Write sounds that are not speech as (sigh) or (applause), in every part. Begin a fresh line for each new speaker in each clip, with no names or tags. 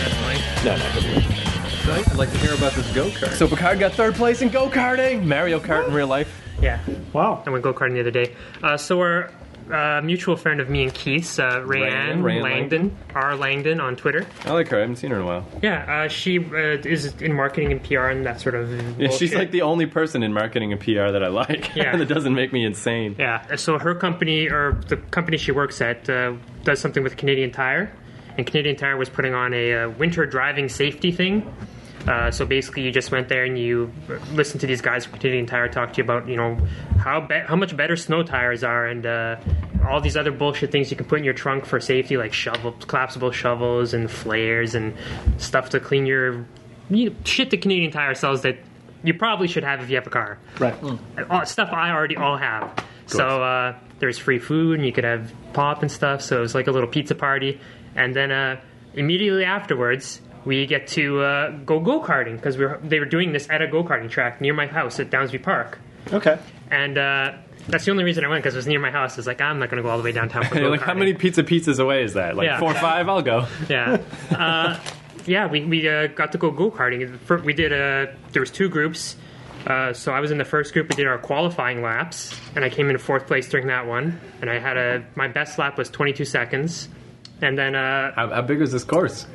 No, no. it doesn't work.
Right? I'd like to hear about this go kart.
So Picard got third place in go karting, Mario Kart in real life.
Yeah.
Wow.
I went go karting the other day. Uh, so our uh, mutual friend of me and Keith's, uh, Rayanne
Rayanne
Langdon, R Langdon on Twitter.
I like her. I haven't seen her in a
(laughs)
while.
Yeah, uh, she uh, is in marketing and PR and that sort of.
Yeah, she's like the only person in marketing and PR that I like, (laughs)
Yeah.
and it doesn't make me insane.
Yeah. So her company or the company she works at uh, does something with Canadian Tire, and Canadian Tire was putting on a uh, winter driving safety thing. Uh, so basically, you just went there and you listened to these guys from Canadian Tire talk to you about you know how be- how much better snow tires are and uh, all these other bullshit things you can put in your trunk for safety, like shovel collapsible shovels and flares and stuff to clean your you shit. The Canadian Tire sells that you probably should have if you have a car
Right.
Hmm.
all, stuff I already all have. So uh, there's free food, and you could have pop and stuff. So it was like a little pizza party, and then uh, immediately afterwards, we get to uh, go go karting because we were, they were doing this at a go karting track near my house at Downsview Park,
Okay.
and uh, that's the only reason I went because it was near my house. It's like I'm not going to go all the way downtown. For
You're (laughs)
go
like, how many pizza pizzas away is that? Like
Yeah.
four or five? I'll
(laughs)
go.
yeah. Uh, yeah, we, we uh, got to go go karting. We did uh, there was two groups. Uh, so I was in the first group. We did our qualifying laps, and I came in fourth place during that one. And I had a my best lap was 22 seconds, and then uh,
How, how big is this course?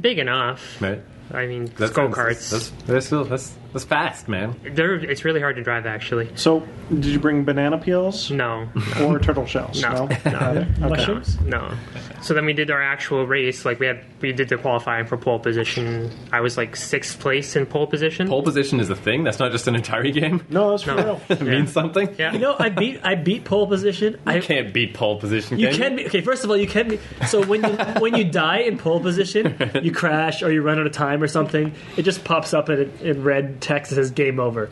big enough.
Right.
I mean,
That's-
go karts.
That's that's, that's that's fast, man.
They're it's really hard to drive actually.
So, did you bring banana peels
No,
or turtle shells?
No.
Got it. Okay.
no, no. So then we did our actual race. Like we had we did the qualifying for pole position. I was like sixth place in pole position.
Pole position is a thing. That's not just an Atari game.
No, that's for
No.
real.
It means something.
Yeah.
You know, I beat I beat pole position. I
You can't beat pole position.
You can be okay. First of all, you can be. So when you when you die in pole position, you crash or you run out of time or something. It just pops up in, in red text that says "game over."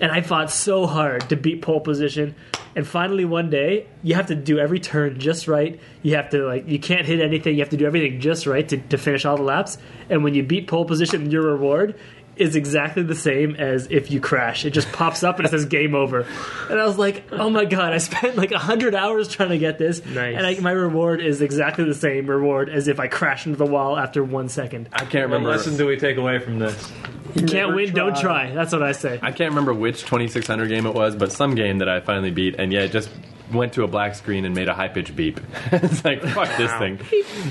And I fought so hard to beat pole position, and finally one day you have to do every turn just right. You have to like you can't hit anything. You have to do everything just right to, to finish all the laps. And when you beat pole position, your reward is exactly the same as if you crash. It just pops up and it says (laughs) game over. And I was like, oh my god, I spent like 100 hours trying to get this.
Nice.
And I, my reward is exactly the same reward as if I crash into the wall after one second.
I can't
What
remember.
lesson do we take away from this?
You can't
Never
win, don't
try.
try. That's what I say.
I can't remember which 2600 game it was, but some game that I finally beat, and yeah, it just went to a black screen and made a high pitched beep. (laughs) it's like fuck this thing.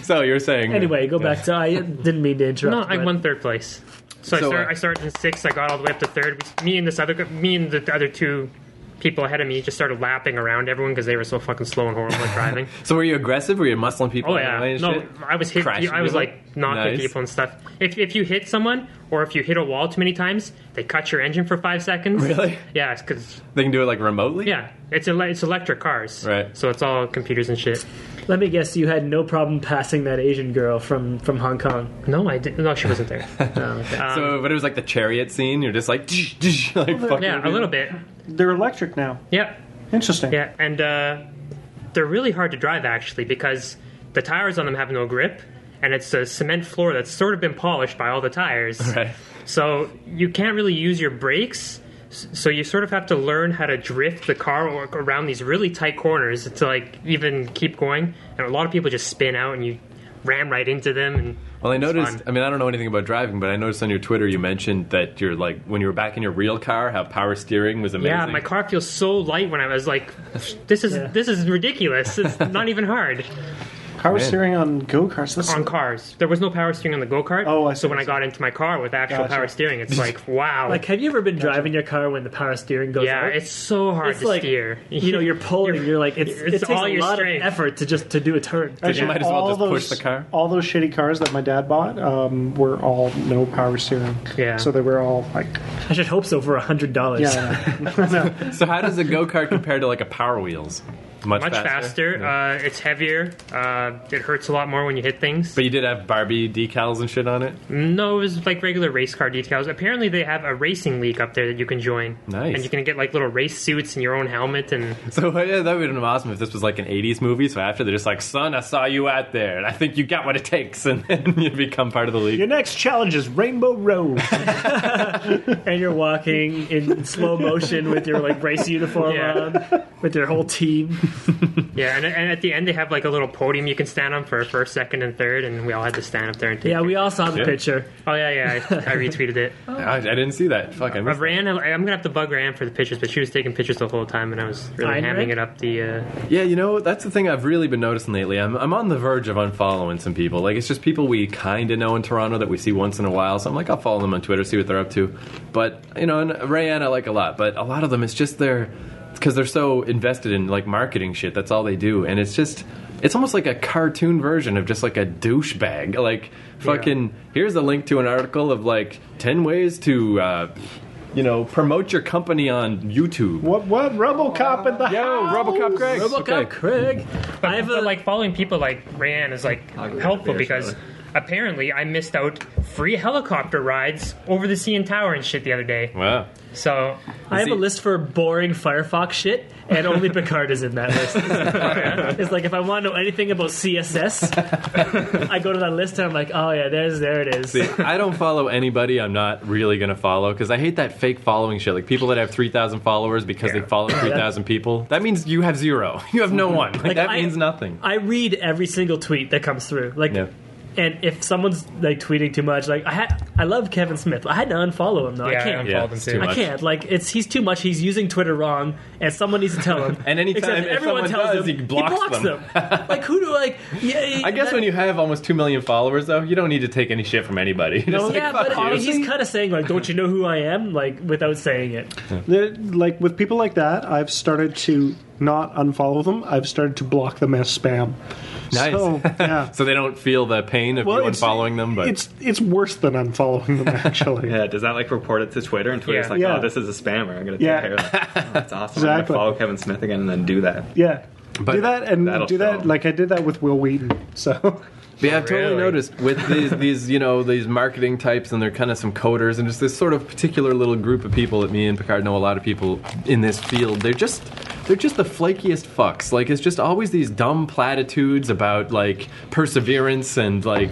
So you're saying
Anyway, go back to. I didn't mean to
No,
interrupt.
I
but-
won third place.
So,
So, I, start,
uh,
I started in sixth. I got all the way up to third. We- Me and this other, me and the other two people ahead of me just started lapping around everyone because they were so fucking slow and horrible at
(laughs)
driving.
So were you aggressive? Were you muscling people?
Oh
out of the way
yeah,
and
no,
shit?
I was hit.
Crashing
I was
people?
like knocking
Nice.
people and stuff. If if you hit someone or if you hit a wall too many times, they cut your engine for five
(laughs)
seconds.
Really?
Yeah, because
They can do it like remotely.
yeah, it's ele- it's electric cars,
Right.
So it's all computers and shit.
Let me guess, you had no problem passing that Asian girl from from Hong Kong.
No, I didn't. No, she
(laughs)
wasn't there.
So, but it was like the chariot scene. You're just like, like fucking
yeah, a little bit.
They're electric now.
Yep.
Interesting.
Yeah, and uh, they're really hard to drive actually because the tires on them have no grip, and it's a cement floor that's sort of been polished by all the tires.
(laughs) Right.
So you can't really use your brakes. s- So you sort of have to learn how to drift the car or- around these really tight corners to like even keep going. And a lot of people just spin out and you ram right into them. And
Well, I
it's
noticed.
fun.
I mean, I don't know anything about driving, but I noticed on your Twitter you mentioned that you're like when you were back in your real car, how power steering was amazing.
Yeah, my car feels so light when I was like, "This is
Yeah.
this is ridiculous. It's not even hard."
Car
Man.
steering on go karts. That's
on cars. There was no power steering on the go kart.
Oh, I see,
so when
I
I got into my car with actual
Gotcha.
power steering, it's like wow.
Like, have you ever been driving your car when the power steering goes
yeah,
out?
it's so hard
it's
to
like
steer.
(laughs) you know you're pulling. You're, like it's,
it's
it takes
all
a
your
lot
strength.
of effort to just to do a turn.
Did you might as well
all
just push the car?
All those shitty cars that my dad bought um, were all no power steering.
Yeah.
So they were all like,
I should hope so for a hundred dollars.
yeah, I know. (laughs)
So how does a go kart compare to like a Power Wheels? Much,
much faster.
Yeah.
Uh, it's heavier. Uh, it hurts a lot more when you hit things.
but you did have Barbie decals and shit on it.
no, it was like regular race car details. Apparently, they have a racing league up there that you can join.
Nice.
And you can get like little race suits and your own helmet. And
So yeah, that would have been awesome if this was like an '80s movie. So after they're just like, "Son, I saw you out there, and I think you got what it takes," (laughs) and then you become part of the league.
Your next challenge is Rainbow Road.
And you're walking in slow motion with your like race uniform
Yeah.
on, with your whole team.
yeah, and, and at the end they have like a little podium you can stand on for first, second, and third, and we all had to stand up there and take.
Yeah, we all saw the
Yeah.
picture.
Oh yeah, yeah, I, I retweeted it.
I, I didn't see that. Fuck, I
Uh,
missed that.
Ran, I- I'm gonna have to bug Ran for the pictures, but she was taking pictures the whole time, and I was really
Ayn
hamming
Rand?
it up the. Uh,
Yeah, you know, that's the thing I've really been noticing lately. I'm, I'm on the verge of unfollowing some people. Like, it's just people we kind of know in Toronto that we see once in a while. So I'm like, I'll follow them on Twitter, see what they're up to. But, you know, and Rayanne I like a lot. But a lot of them, it's just they're, because they're so invested in, like, marketing shit. That's all they do. And it's just, it's almost like a cartoon version of just, like, a douchebag. Like, fucking, here's a link to an article of, like, 10 ways to, uh, you know, promote your company on YouTube.
What? What? RoboCop in the
Yo,
house.
Robocop Greg.
Robocop Craig. I have a
but like following people like Ran is like
I'll get
helpful
there,
because
Charlie.
apparently I missed out free helicopter rides over the CN Tower and shit the other day.
Wow.
So
I have
See-
a list for boring Firefox shit, and only Picard is in that
(laughs) Oh,
list. it's like if I want to know anything about CSS, I go to that list and I'm like, oh yeah, there's there it is.
See, I don't follow anybody I'm not really going to follow because I hate that fake following shit. Like people that have 3,000 followers because they follow 3,000 people. That means you have zero. (laughs) You have no one. Like,
Like,
that
I-
means nothing.
I read every single tweet that comes through. Like,
Yeah.
and if someone's like tweeting too much, like I had, I love Kevin Smith. I had to unfollow him though.
yeah,
I can't.
Yeah,
unfollowed them
it's
too.
too
I
much.
can't. Like it's he's too much. He's using Twitter wrong, and someone needs to tell him.
(laughs) And anytime
Except
if
everyone
someone
tells
does,
him,
he blocks them.
like who do like? Yeah,
(laughs) I guess
that-
when you have almost 2 million followers, though, you don't need to take any shit from anybody. (laughs) Just like,
yeah,
fuck
but
you.
I mean, he's kind of saying like, "Don't you know who I am?" Like without saying it.
They're- Like with people like that, I've started to not unfollow them. I've started to block them as spam.
Nice.
So,
(laughs)
yeah.
so they don't feel the pain of you unfollowing them, but
it's it's worse than unfollowing
(laughs)
them actually.
Yeah, does that like report it to Twitter and Twitter's
Yeah.
like,
Yeah.
oh, this is a spammer. I'm gonna take
Yeah.
care
(laughs)
of that. Oh, that's awesome. I'm
Exactly.
gonna follow Kevin Smith again and then do that.
Yeah.
But
do that and
that'll
do that
show.
like I did that with Will Wheaton. So
Yeah, I've totally
Really?
noticed with
(laughs)
these, these, you know, these marketing types, and they're kind of some coders, and just this sort of particular little group of people that me and Picard know. A lot of people in this field, they're just, they're just the flakiest fucks. Like it's just always these dumb platitudes about like perseverance and like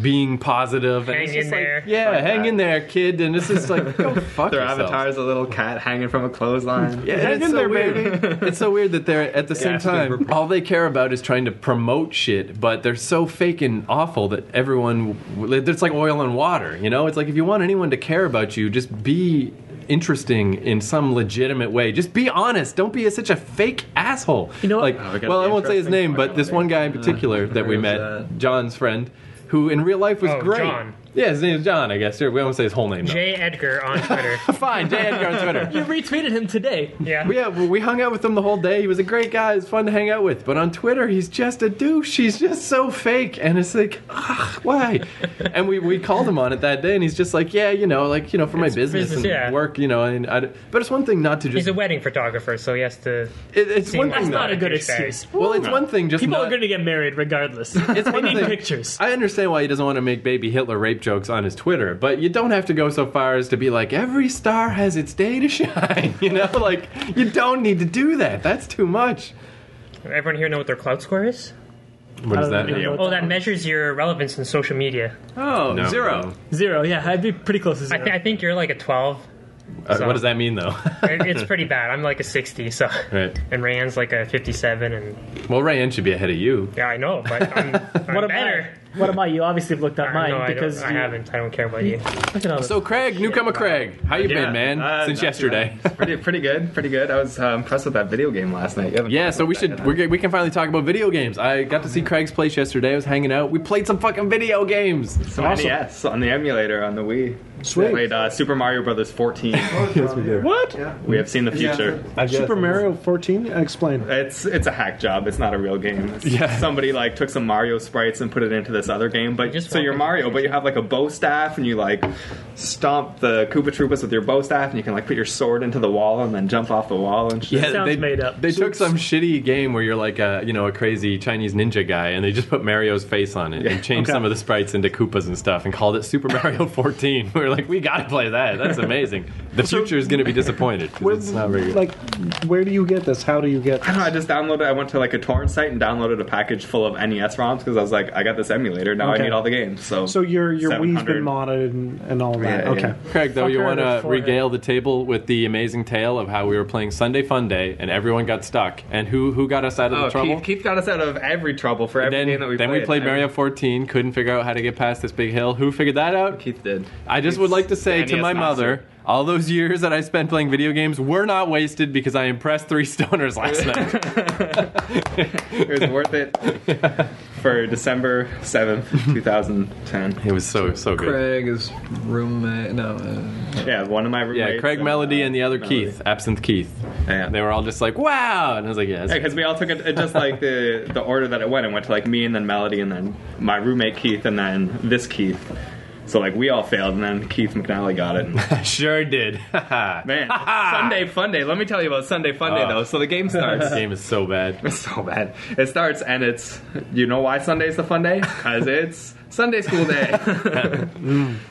being positive. And
Hang
it's just
in
like,
there.
yeah,
Fuck
hang
that.
in there, kid. And it's just like,
(laughs)
go fuck
Their
yourselves.
avatar's a little cat hanging from a clothesline.
(laughs) Yeah, and
Hang
it's
in
so
there,
weird. (laughs) It's so weird that they're at the same
Yeah, it's been
time.
reported.
All they care about is trying to promote shit, but they're so fake and awful that everyone. It's like oil and water, you know. It's like if you want anyone to care about you, just be interesting in some legitimate way. Just be honest. Don't be such a fake asshole.
You know what?
like
Oh, we got
well, I
the
won't say his
interesting
name,
part
but this
over
one
there.
guy in particular that we
who's
met,
that?
John's friend, who in real life was
Oh,
great.
John.
Yeah, his name is John. I guess. Sure, we won't say his whole name. Though.
J. Edgar on Twitter.
Fine, J. Edgar on Twitter.
You retweeted him today.
Yeah.
Yeah, well, we hung out with him the whole day. He was a great guy. It was fun to hang out with. But on Twitter, he's just a douche. He's just so fake. And it's like, ah,
(laughs)
why? and we, we called him on it that day, and he's just like, yeah, you know, like, you know, for my business,
business,
and
yeah.
work, you know. And I, but it's one thing not to
He's
just.
a wedding photographer, so he has to.
it- it's one
like
thing
That's
though.
not a good
Douchebag.
excuse.
Well, it's one thing just
People
not,
are going to get married regardless.
It's
they
one
need
thing.
pictures.
I understand why he doesn't want to make baby Hitler rape jokes on his Twitter, but you don't have to go so far as to be like every star has its day to shine. (laughs) You know, like you don't need to do that. That's too much.
Everyone here know what their cloud score is?
What is
I
that?
don't know.
Oh, that measures your relevance in social media.
Oh,
No.
zero.
Zero. Yeah, I'd be pretty close to
I,
zero.
th- I think you're like a 12.
Uh,
So-
What does that mean,
(laughs)
though?
It- it's pretty bad. I'm like a 60, so.
right.
And Ran's like a 57, and
Well, Ryan should be ahead of you.
yeah, I know, but
(laughs)
I'm, I'm
what am
better.
I? What am I? You obviously have looked up mine
no, I,
because
don't, I
you-
haven't. I don't care about you.
Look at all this.
So, Craig, newcomer Craig, how you been,
Yeah,
man?
uh,
Since
not too bad.
yesterday.
(laughs) It's pretty, pretty good. Pretty good. I was uh, impressed with that video game last night. You haven't
Yeah,
talked
so we
about
should
that,
we're, g- we can finally talk about video games. I got to see Craig's place yesterday. I was hanging out. We played some fucking video games.
huh? Some E
Awesome.
NES on the emulator on the Wii.
Sweet.
We played uh, Super Mario
(laughs)
Brothers 14.
what?
we have seen the future.
Super Mario 14? Explain.
It's it's a hack job. It's not a real game. It's-
Yeah.
Somebody like took some Mario sprites and put it into this other game. But
just
so you're
want
Mario, but you have like a bow staff and you like stomp the Koopa Troopas with your bow staff and you can like put your sword into the wall and then jump off the wall and shit.
Yeah,
Sounds
they,
made up.
They took some shitty game where you're like a you know a crazy Chinese ninja guy, and they just put Mario's face on it and changed some of the sprites into Koopas and stuff, and called it Super
(laughs)
Mario 14. we are like, we gotta play that. That's amazing. The future is gonna be disappointed. 'cause
Where,
it's not very good.
like where do you get this? How do you get
I
this?
E don't know, I just downloaded. I went to like a torrent site and downloaded a package full of NES ROMs because I was like, I got this emulator. Now
Okay.
I need all the games. So
So your your Wii's been
700.
modded and, and all that.
Yeah, yeah.
okay.
Craig, though, you
Fucker
want to
for it.
regale the table with the amazing tale of how we were playing Sunday Fun Day and everyone got stuck, and who who got us out of
Oh,
the trouble?
Keith, Keith got us out of every trouble for every
then
game that we
then
played.
we played
Every-
Mario 14, couldn't figure out how to get past this big hill. Who figured that out?
Keith did.
I just
Keith's
would like to say
the
to
NES
my
master.
mother, all those years that I spent playing video games were not wasted because I impressed three (laughs) stoners
(laughs)
last night.
it was worth it
(laughs)
for December 7th, 2010.
It was so so good.
Craig is roommate. No, uh,
Yeah, one of my roommates.
Yeah, Craig Melody and the other
Melody.
Keith, Absinthe Keith.
Yeah.
They were all just like, "Wow!" And I was like, "Yeah."
Because we all took it, it just like the the order that it went. It went to like me and then Melody and then my roommate Keith and then this Keith. So like we all failed and then Keith McNally
(laughs)
got it.
I sure (laughs) did. Man,
Man, Sunday Fun Day. Let me tell you about Sunday Fun Day
Oh.
though. So the game starts.
this game is so bad.
(laughs) It's so bad. It starts and it's you know why Sunday's the fun day? Cause it's Sunday school day.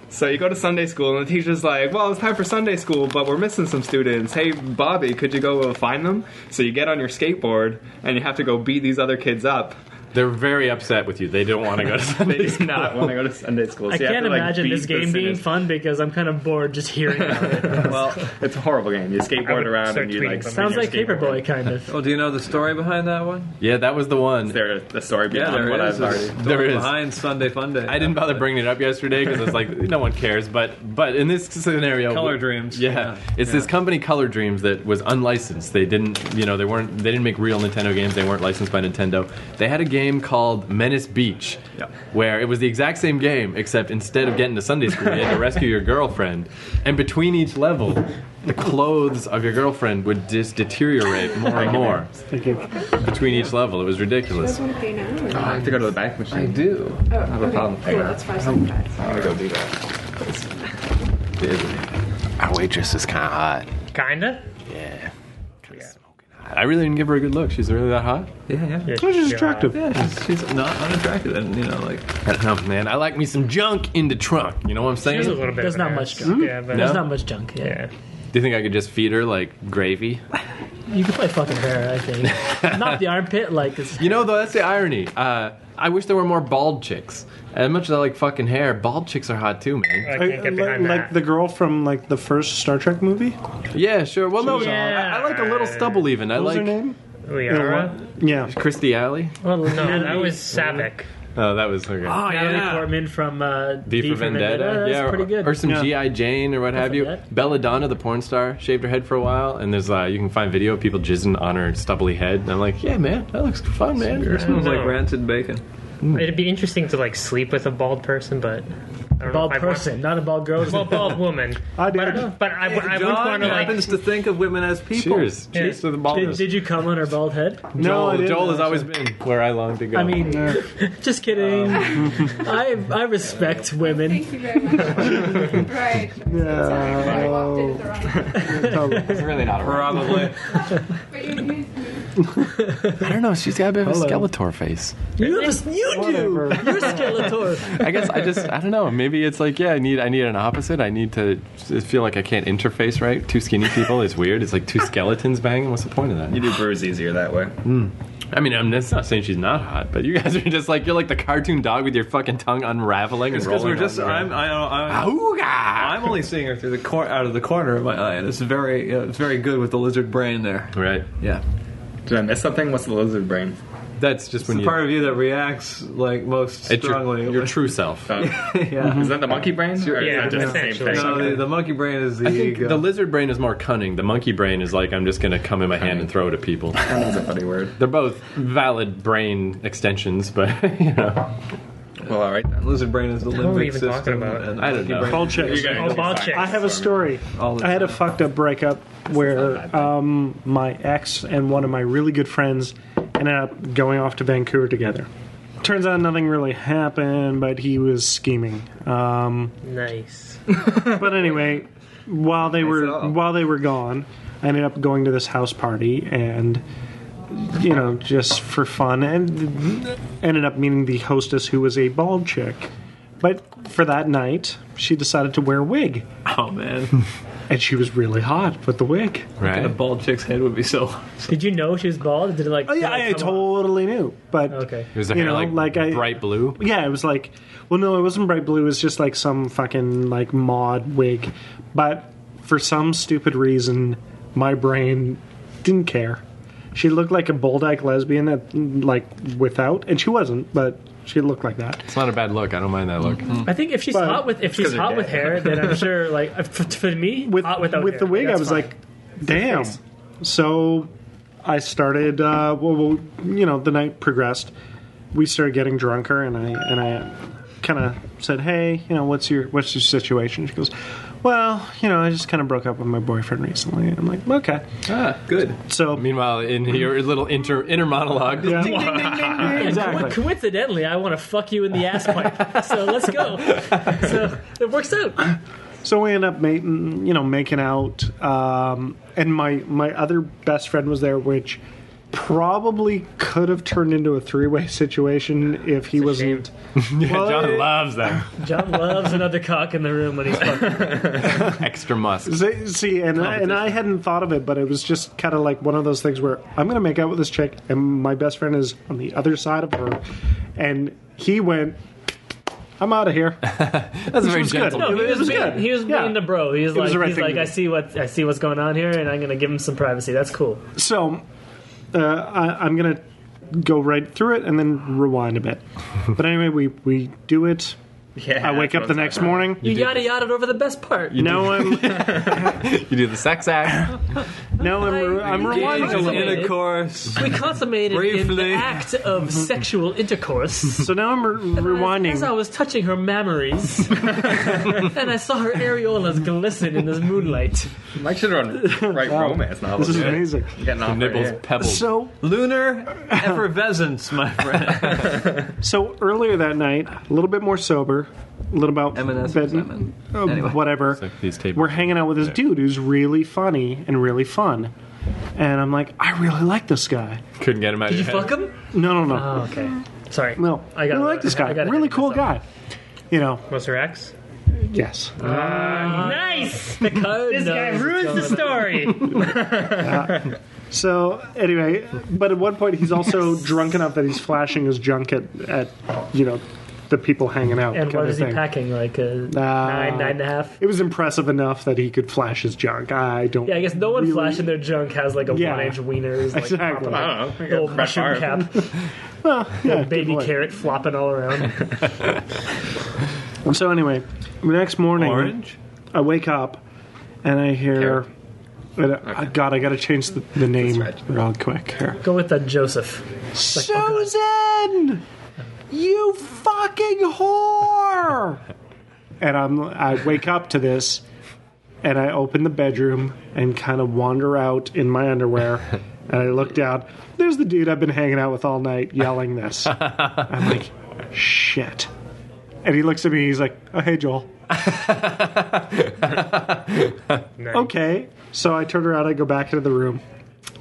so you go to Sunday school and the teacher's like, Well, it's time for Sunday school, but we're missing some students. Hey Bobby, could you go find them? So you get on your skateboard and you have to go beat these other kids up.
They're very upset with you. They don't want to
(laughs)
go to
They
Sunday.
do not want to go to Sunday school. So
I
you have
can't
to, like,
imagine
beat
this
the
game being
students.
fun because I'm kind of bored just hearing about it.
Well, it's a horrible game. You
I
skateboard
would
around
start
and you
tweeting
like
them.
Sounds
your
like
skateboard.
Paperboy, kind of.
oh, do you know the story behind that one?
Yeah, that was the one.
Is there a story
Yeah,
beyond
there
what
is.
I've
a
already
story
There is.
behind Sunday Fun Day.
I didn't bother bringing it up yesterday because it's like no one cares. But but in this scenario,
Color Dreams.
Yeah,
Yeah.
it's this company, Color Dreams, that was unlicensed. They didn't, you know, they weren't, they didn't make real Nintendo games. They weren't licensed by Nintendo. They had a game called Menace Beach,
Yeah.
where it was the exact same game, except instead of getting to Sunday school, you had to rescue your girlfriend, and between each level. The clothes of your girlfriend would just deteriorate more and more
Thank you.
between each level. It was ridiculous.
guys want to pay now? or
I
not?
have to go to the bank machine.
I do.
Oh,
have a
okay,
problem.
Cool, that's five seven five.
I'm gonna go do that.
Our waitress is kind of hot.
Kinda.
Yeah. Kinda smoking hot.
I really didn't give her a good look. She's really that hot.
Yeah, yeah.
Yeah,
Which is
yeah.
attractive.
Yeah, she's, she's not unattractive, and you know, like
I don't know, man. I like me some junk in the trunk. You know what I'm saying?
There's a little bit.
There's
of
not
an
much
ass.
junk.
Yeah, but
Mm-hmm.
There's
No?
not much junk. Yeah.
yeah.
Do you think I could just feed her like gravy?
You can play fucking her, I think. not the armpit, like it's
You know, though, that's the irony. Uh, I wish there were more bald chicks. As much as I like fucking hair, bald chicks are hot too, man.
I
I-
can't
I
get
li-
behind
like
that.
the girl from like the first Star Trek movie.
Yeah, sure. Well, no,
was hot.
I, I like a little stubble even. I
What was
like
her name?
Liara?
Yeah.
Christy Alley.
well,
No, that was Savick.
Oh, that was okay.
oh
Natalie Portman from uh,
V for Vendetta.
That's
yeah, or-
pretty good.
Or some
Yeah.
G.I. Jane or what have you.
that.
Belladonna, the porn star, shaved her head for a while, and there's uh, you can find video of people jizzing on her stubbly head. And I'm like, yeah, man, that looks fun, man.
It smells
No.
like rancid bacon.
Mm-hmm.
It'd be interesting to like sleep with a bald person, but I don't
bald
know if I'd want-
person, not a bald girl.
Well, bald
(laughs)
woman.
I did.
But, but I, I wouldn't
John
want to like.
happens to think of women as people.
Cheers.
Yeah.
Cheers to the
did,
baldness.
did you come on her bald head?
No, I
Joel,
didn't,
Joel has always been where I long to go.
I mean, (laughs) just kidding.
Um,
(laughs) I I
(laughs)
respect women.
Thank you very much. right.
Yeah.
Sorry, I walked in at the wrong time.
Oh,
It's really not a
Probably.
(laughs) But you used me.
I don't know. She's got a bit of a
Hello.
Skeletor face.
You have a, you do.
whatever.
You're Skeletor.
I guess I just I don't know. Maybe it's like yeah, I need I need an opposite. I need to s- feel like I can't interface right. Two skinny people is weird. It's like two skeletons banging. What's the point of that?
You do brews easier that way.
I mean, I'm that's not saying she's not hot, but you guys are just like you're like the cartoon dog with your fucking tongue unraveling and
Because
rolling.
we're just.
on the ground.
I'm. I, I, I'm
Ooga!
I'm only seeing her through the cor- out of the corner of my eye, and it's very, uh, it's very good with the lizard brain there.
Right.
Yeah,
Did I miss something? What's the lizard brain?
That's just
it's
when
the
you.
part of you that reacts like most
it's your,
strongly. (laughs)
your Mm-hmm. true self.
Uh,
yeah.
Is that the monkey brain? Or is
Yeah,
that just the same
essentially.
thing?
No,
Okay.
the, the monkey brain is the
I think
ego.
the lizard brain is more cunning. The monkey brain is like I'm just gonna come in my hand and throw it at people.
That's a funny word.
They're both valid brain extensions, but (laughs) you know.
Well, all right then.
lizard brain is the
are we
limbic
even
system.
talking about?
And
I don't
monkey
know.
brain-
Bald chicks.
You guys
Oh,
are
bald
fine.
chick.
I have a story.
All the
I had a fucked up breakup where um, my ex and one of my really good friends ended up going off to Vancouver together. Turns out nothing really happened, but he was scheming. Um,
Nice.
but anyway, while
(laughs)
they
at
were
all.
while they were gone, I ended up going to this house party and you know just for fun and ended up meeting the hostess who was a bald chick. But for that night, she decided to wear a wig.
(laughs)
Oh man,
and she was really hot with the wig.
And a
Right.
bald chick's head would be so.
Did you know she was bald? Did it like?
Oh yeah,
did it
I, I
come off?
totally knew, but
Okay.
It was the
You
hair
know,
like,
like I-
bright blue.
yeah, it was like, well, no, it wasn't bright blue. It was just like some fucking like mod wig, but for some stupid reason, my brain didn't care. She looked like a boldyke lesbian that like without, and she wasn't, but she looked like that.
It's not a bad look. I don't mind that look.
I think if she's
But-
hot with if she's
they're
hot with
gay.
hair, then I'm sure like (laughs) if- for, for me
with
hot without
with
hair,
the wig, I
that's
was
fine.
like, damn. So I started. Uh, well, well, you know, the night progressed. We started getting drunker, and I and I kind of said, "Hey, you know, what's your what's your situation?" She goes, "Well, you know, I just kind of broke up with my boyfriend recently." I'm like, "Okay."
Ah, good.
So
Meanwhile, in your little inter inner monologue,
yeah. (laughs)
Co-
exactly.
coincidentally, I want to fuck you in the ass pipe. so let's go. So it works out.
So we end up making, you know, making out. Um, and my my other best friend was there, which probably could have turned into a three way (laughs) situation if he wasn't.
(laughs) (laughs)
Well,
John
it-
loves that
John loves another cock in the room when he's fucking.
extra musk.
See- See, and I, and I hadn't thought of it, but it was just kind of like one of those things where I'm going to make out with this chick, and my best friend is on the other side of her, and he went, "I'm out of here."
(laughs) That's very
was good.
gentle.
No, he
It
was,
was
being,
good.
he was
Yeah.
being the bro. He was
It was
like,
the right
he's
thing
like,
to
I
do.
see what I see what's going on here, and I'm gonna give him some privacy. That's cool.
So uh, I, I'm going to go right through it and then rewind a bit. But anyway, we we do it.
Yeah,
I wake up the next morning.
You,
did.
yada yada over the best part.
now I'm
You do the sex act.
now I'm re- I'm rewinding a
Engage
little.
in
(laughs)
it.
Intercourse.
we consummated in
Briefly.
the act of sexual intercourse.
So now I'm re-
As I
rewinding.
was touching
(laughs)
her mammaries, and I saw her areolas glisten in this moonlight.
Mike should run
(laughs)
right romance novel.
This is
dude.
amazing.
Getting off
Nipples
right
pebbles.
So
Lunar effervescence, my friend.
So earlier that night, a little bit more sober, a little about
M&S
bed-
lemon.
uh,
Anyway.
whatever.
like these tables.
We're hanging out with this dude who's really funny and really fun, and I'm like, I really like this guy.
Couldn't get him out
Did you
of your
fuck
head.
him?
No, no, no,
Oh, okay. Sorry.
no.
I got
really like this guy.
I got
really cool guy. You know,
Was her ex?
yes.
nice.
The code
This guy
knows.
ruins the story.
So anyway, but at one point he's also drunk enough that he's flashing his junk at, at you know, the people hanging out.
And
kind
what
of
is he
thing.
packing? Like a
Uh,
nine, nine and a half?
It was impressive enough that he could flash his junk. I don't.
Yeah, I guess no one
really-
flashing their junk has like a
Yeah.
one-inch wiener. Is, like,
Exactly.
popping
I
out.
don't know.
Little
Fresh
mushroom
arm.
cap,
Yeah, good (laughs)
baby
point.
carrot flopping all around.
(laughs) So anyway, the next morning,
Orange.
I wake up and I hear.
Carrot.
and I- I- God, I got to change the, the name
right.
real quick here.
Go with that Joseph. oh,
Susan, you fucking whore! and I'm I wake up to this, and I open the bedroom and kind of wander out in my underwear, and I look down. There's the dude I've been hanging out with all night yelling this. I'm like, shit. And he looks at me. He's like, oh hey Joel. okay, so I turn around. I go back into the room.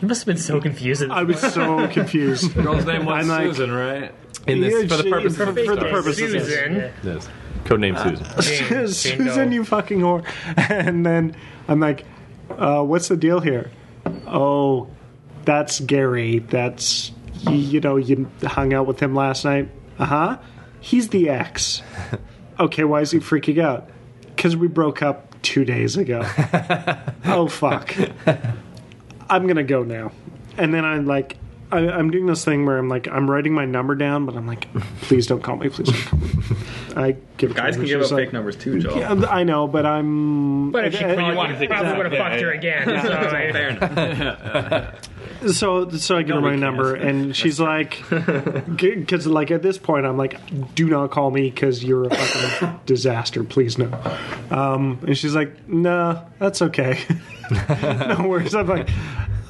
You must have been so confused.
I was so (laughs) confused.
Girl's name (laughs) was
I'm like-
Susan, right?
In this,
Yeah,
for the
she-
purpose
for
of
the purpose of this.
Susan.
this. Codename Susan.
(laughs)
Jane- Jane Doe.
Susan, you fucking whore. (laughs) And then I'm like, uh, what's the deal here? Oh, that's Gary. That's, you, you know, you hung out with him last night. Uh huh. He's the ex.
(laughs)
Okay, why is he freaking out? Because we broke up two days
(laughs)
ago. oh, fuck. I'm going to go now. And then I'm like, I, I'm doing this thing where I'm like, I'm writing my number down, but I'm like,
(laughs)
please don't call me. Please don't call me. I give it to
Guys
her.
can
She
give up
was like-
fake numbers too, Joel.
yeah, I know, but I'm.
But if she
and-
called,
wanna
you
think
probably
about
would have
it.
fucked her again. so-
Fair enough.
so, so I give her my number, and she's like, because like at this point, I'm like, do not call me because you're a fucking disaster. Please no. Um, and she's like, nah, that's okay. (laughs) no worries. I'm like,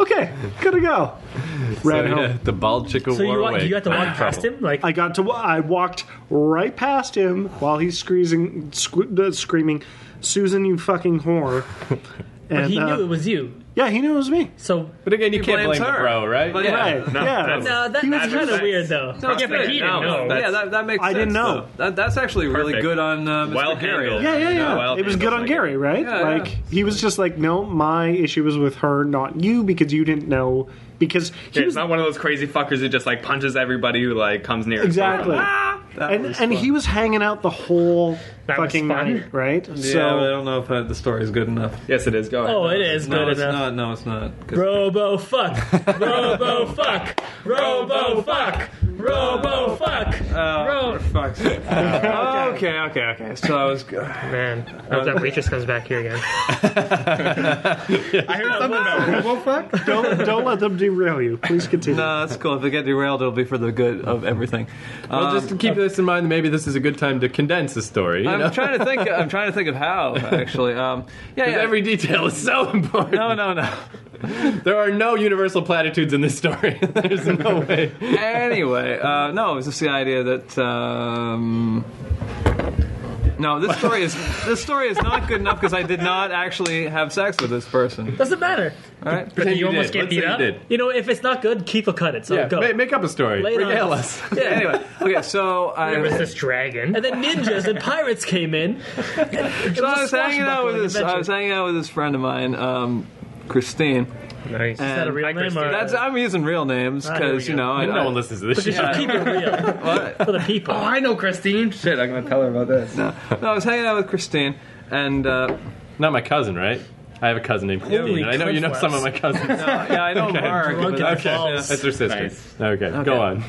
okay, gotta go. Ran
So,
home.
yeah, the bald chick of
so you, walk,
Warwick.
you got to
uh,
walk past him, like
I got to. I walked right past him while he's screezing, sque- uh, screaming, "Susan, you fucking whore!" And
he
uh,
knew it was you.
Yeah, he knows me.
So
But again, you can't
blames
blame the
her.
bro, right?
But yeah.
Right. yeah.
no, Uh, that,
He was
that's
just-
kind of weird though.
Yeah, but he didn't know.
Yeah, that, that makes.
I didn't
sense,
know.
though. That, that's actually really
Perfect.
good on uh, Mr.
Well
Gary.
handled.
Yeah, yeah, yeah.
Yeah, well,
it was
it
good
looks
on
like
Gary, right?
Yeah,
like
yeah.
he was just like, no, my issue was with her, not you, because you didn't know. Because he
It's
was
not one of those crazy fuckers who just like punches everybody who like comes near.
exactly,
That
Ah! and
was
and
fun.
he was hanging out the whole
That was
fucking
fun.
night, right?
Yeah, but I don't know if uh, the story's good enough.
Yes, it is. Go ahead.
Oh, it is
No,
good
it's
enough.
not. No, it's not. 'Cause-
(laughs)
Robo fuck, robo fuck, robo fuck, robo fuck.
Oh, (laughs) fuck. okay, okay, okay. So I was.
Man, I hope that waitress comes back here again.
I heard something about Robo fuck.
don't (laughs) don't let them derail you. Please continue.
No, Uh, that's cool. If they get derailed, it'll be for the good of everything.
Well,
Um,
just to keep this in mind. Maybe this is a good time to condense the story. (laughs) You know?
I'm trying to think. I'm trying to think of how actually. Um,
(laughs)
yeah,
'Cause
yeah.
Every detail is so important.
no, no, no.
There are no universal platitudes in this story. (laughs) There's no way.
anyway, uh, no, it's just the idea that. Um, no, this story is this story is not good enough because I did not actually have sex with this person.
Doesn't matter.
All right.
But you almost
did.
get
Let's
beat
say you
up.
did.
You know, if it's not good, Keith will cut it. So
Yeah,
go.
ma- make up a story.
Later on.
Regale us. (laughs)
Yeah.
Anyway, okay, so I
There was this dragon.
And then ninjas and pirates came in.
so I was hanging out with this I was hanging out with this friend of mine, um, Christine.
Nice.
And
that a real
Hi,
name?
Christine.
Or,
that's I'm using real names
Ah, there we
because you
go.
know I,
no
I,
one listens to this.
you
Shit.
should keep it real
(laughs) what?
for the people.
Oh, I know Christine. Shit, I'm gonna tell her about this.
No, no, I was hanging out with Christine, and uh,
Not my cousin, right? I have a cousin named Christine.
Holy
and I know you know
Christ.
some of my cousins.
yeah, I know Mark.
Drunk
but-
and
okay.
false.
That's her sister.
Nice.
Okay,
Okay.
go on.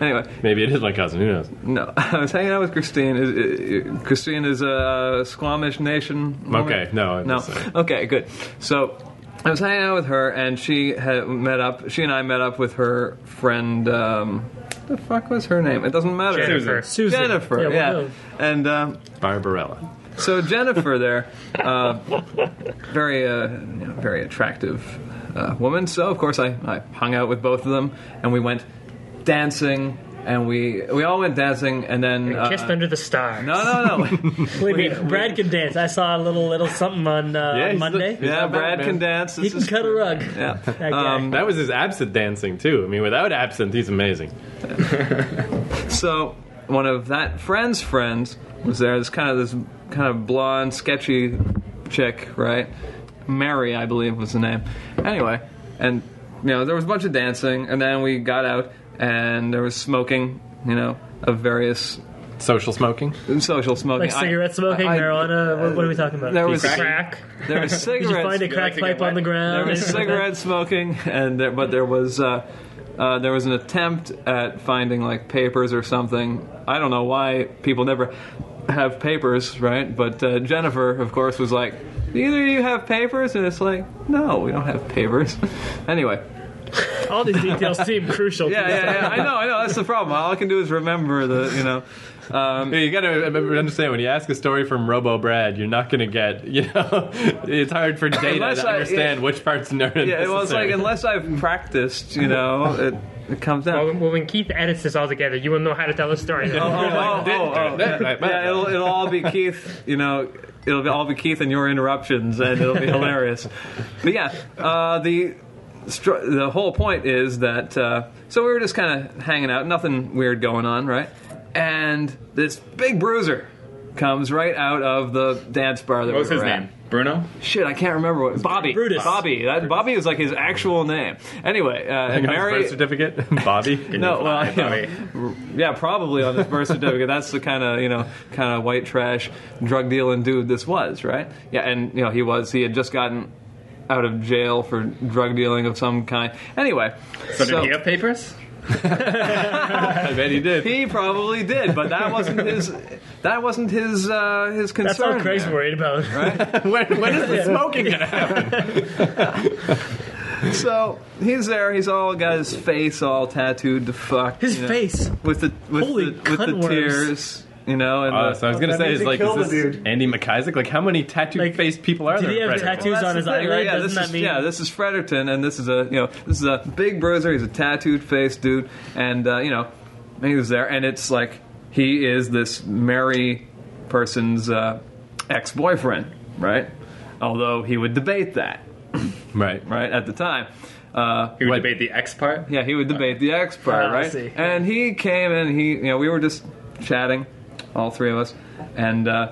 Anyway,
Maybe it is my cousin. Who knows?
no, (laughs) I was hanging out with Christine. Is- is- Christine is a Squamish Nation. woman.
Okay, no. I'm
No.
just saying.
Okay, good. So I was hanging out with her, and she had met up. She and I met up with her friend. Um, what the fuck was her name? It doesn't matter.
Jennifer.
Susan.
Jennifer.
Yeah,
Yeah.
we'll know.
And um,
Barbarella.
so Jennifer there, uh, very uh, you know, very attractive uh, woman. So of course I, I hung out with both of them, and we went dancing, and we we all went dancing, and then uh,
Kissed under the stars.
no
(laughs)
no no
Believe me, Brad can dance. I saw a little little something on uh,
Yeah, he's-
Monday.
yeah.
yeah
not bad,
Brad
man.
can dance.
he
This
can
is-
cut a rug.
Yeah.
That guy.
Um,
That was his absinthe dancing, too. I mean, without absinthe, he's amazing.
So one of that friend's friends was there. This kind of this kind of blonde, sketchy chick, right? Mary, I believe, was the name. Anyway, and you know there was a bunch of dancing, and then we got out, and there was smoking, you know, of various
Social smoking.
social smoking,
like cigarette smoking,
I- I-
marijuana. what, what are we talking about?
There was
Crack.
there was
(laughs) Did you
cigarettes.
find a crack
to get
pipe on
wet.
the ground?
(laughs) there
(laughs)
was cigarette smoking, and there, but there was uh, uh, there was an attempt at finding like papers or something. I don't know why people never have papers, right? But uh, Jennifer, of course, was like, "Either you have papers," and it's like, "No, we don't have papers." (laughs) anyway,
All these details seem crucial.
yeah, yeah, yeah. I know, I know. That's the problem. All I can do is remember the, you know. Um,
Yeah, You gotta remember- understand when you ask a story from Robo Brad, you're not gonna get, (laughs) you know, it's hard for data
Unless
to
I-
understand which parts are necessary.
(laughs) yeah, well, it's like unless I've practiced, you know, it, it comes out.
Well, when Keith edits this all together, you will know how to tell a story.
Oh, oh, oh, oh, yeah, yeah, it'll, it'll all be Keith. You know, it'll be, all be Keith and your interruptions, and it'll be hilarious. But yeah, uh, the str- the whole point is that uh, so we were just kind of hanging out, nothing weird going on, right? And this big bruiser comes right out of the dance bar that
What was
we
his
were at.
name? Bruno.
Shit, I can't remember what Bobby.
Brutus.
Bobby. That, Bobby is like his actual name. Anyway, uh, and
Mary...
Mary.
birth certificate, (laughs) Bobby.
No, well, you know,
Bobby.
r- yeah, probably on his birth certificate. That's the kind of you know, kind of white trash, drug dealing dude this was, right? Yeah, and you know, he was. He had just gotten out of jail for drug dealing of some kind. Anyway,
So, did he have
(laughs)
papers?
I bet he did.
he probably did, but that wasn't his. That wasn't his uh, his concern.
That's all Craig's
there.
worried about. (laughs)
when, when is the smoking gonna happen?
So he's there. He's all got his face all tattooed to fuck.
His
you know,
face.
with the with
Holy
the, with
cunt
the
worms.
tears. You know,
Oh,
and
Uh,
the-
so I was gonna
That
say,
means
is
he
like,
killed
is
the
this
dude.
Andy McIsaac? Like, how many
Like,
tattooed-faced people are
did
there?
he have
in Frederick?
tattoos
Well,
on
that's
his
the thing,
eyelid?
right? Yeah,
Doesn't
this
that
is,
mean?
yeah, this is Fredericton, and this is a you know this is a big bruiser. He's a tattooed face dude, and uh, you know he was there, and it's like he is this merry person's uh, ex boyfriend, right? Although he would debate that.
Right.
right at the time. Uh,
You would debate the X part.
yeah, he would debate the expert,
Ah, I
right?
see.
And he came and he, you know, we were just chatting, all three of us, and uh,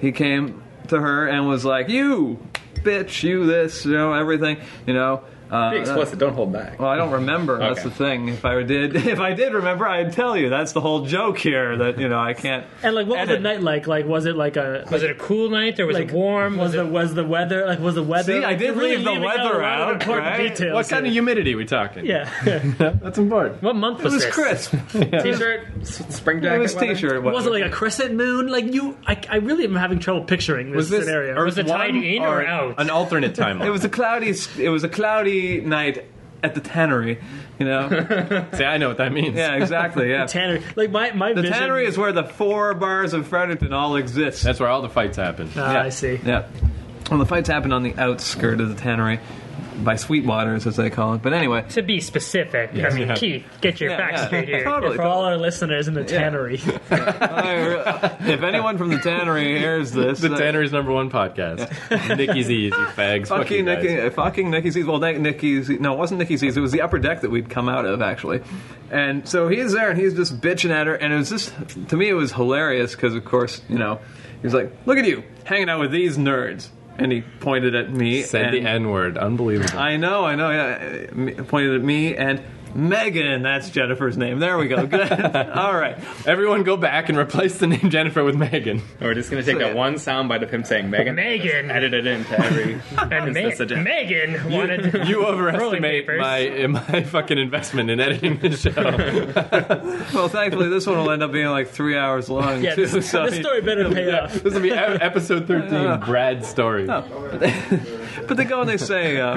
he came to her and was like, "You, bitch, you this, you know, everything, you know." Uh,
Be explicit. Don't hold back.
Well, I don't remember. That's
Okay.
the thing. If I did, (laughs) if I did remember, I'd tell you. That's the whole joke here. That you know,
(laughs)
I can't.
And like, what was the
Edit.
night like? Like, was it like a
Was it a cool night or was
like
it warm?
Was the was the weather like was the weather?
See, I did
You're really
leave the
leaving out
weather
a lot
out,
Of important
right?
details.
What kind of
here.
humidity we talking?
Yeah,
That's important.
what month
It
was,
was
this?
crisp.
(laughs)
T-shirt, s- spring
It
jacket.
was
weather.
t-shirt.
it wasn't like a crescent moon. Like you, I, I really am having trouble picturing this,
Was this
scenario.
Earth
Was the tide
one
in or out?
An
(laughs)
alternate timeline.
It was a cloudy. It was a cloudy night at the tannery.
(laughs)
You know.
See, I know what that means.
Yeah, exactly.
(laughs)
Yeah.
tannery, like my my
The
vision,
tannery is where the four bars of Fredericton all exist.
That's where all the fights happen.
Ah, I see.
yeah. Well, the fights happen on the outskirt of the tannery, by Sweetwaters as they call it. But anyway, (laughs)
To be specific, I mean,
Yeah.
Keith, get your
Yeah,
facts
yeah.
straight here.
Totally.
For all our listeners in the tannery,
I re- if anyone from the tannery hears this,
The
uh,
Tannery's number one
(laughs)
podcast. Nikki's easy fags. Fuck you
Fucking
guys.
Nicky, fucking Nicky's Well, Nick- Nicky's no, it wasn't Nicky's It was the upper deck that we'd come out of actually, and so he's there and he's just bitching at her, and it was just to me it was hilarious because of course you know he's like, look at you hanging out with these nerds, and he pointed at me.
Said
and
the N word. Unbelievable.
I know, I know. Yeah, uh, me- pointed at me and Megan. That's Jennifer's name. There we go. Good. (laughs) All right.
Everyone go back and replace the name Jennifer with Megan.
(laughs)
And We're just gonna take
So, yeah.
that one soundbite of him saying Megan.
Megan.
Edit it into every.
And
Is this a
Ma-
joke?
Megan wanted
You
rolling
overestimate
papers.
my my fucking investment in editing the
(laughs)
show.
Well, thankfully this one will end up being like three hours long
(laughs) yeah,
too. (laughs)
this,
so
this story better pay off.
this will be e- episode
Uh,
thirteen. Brad story.
But they go and they say, uh,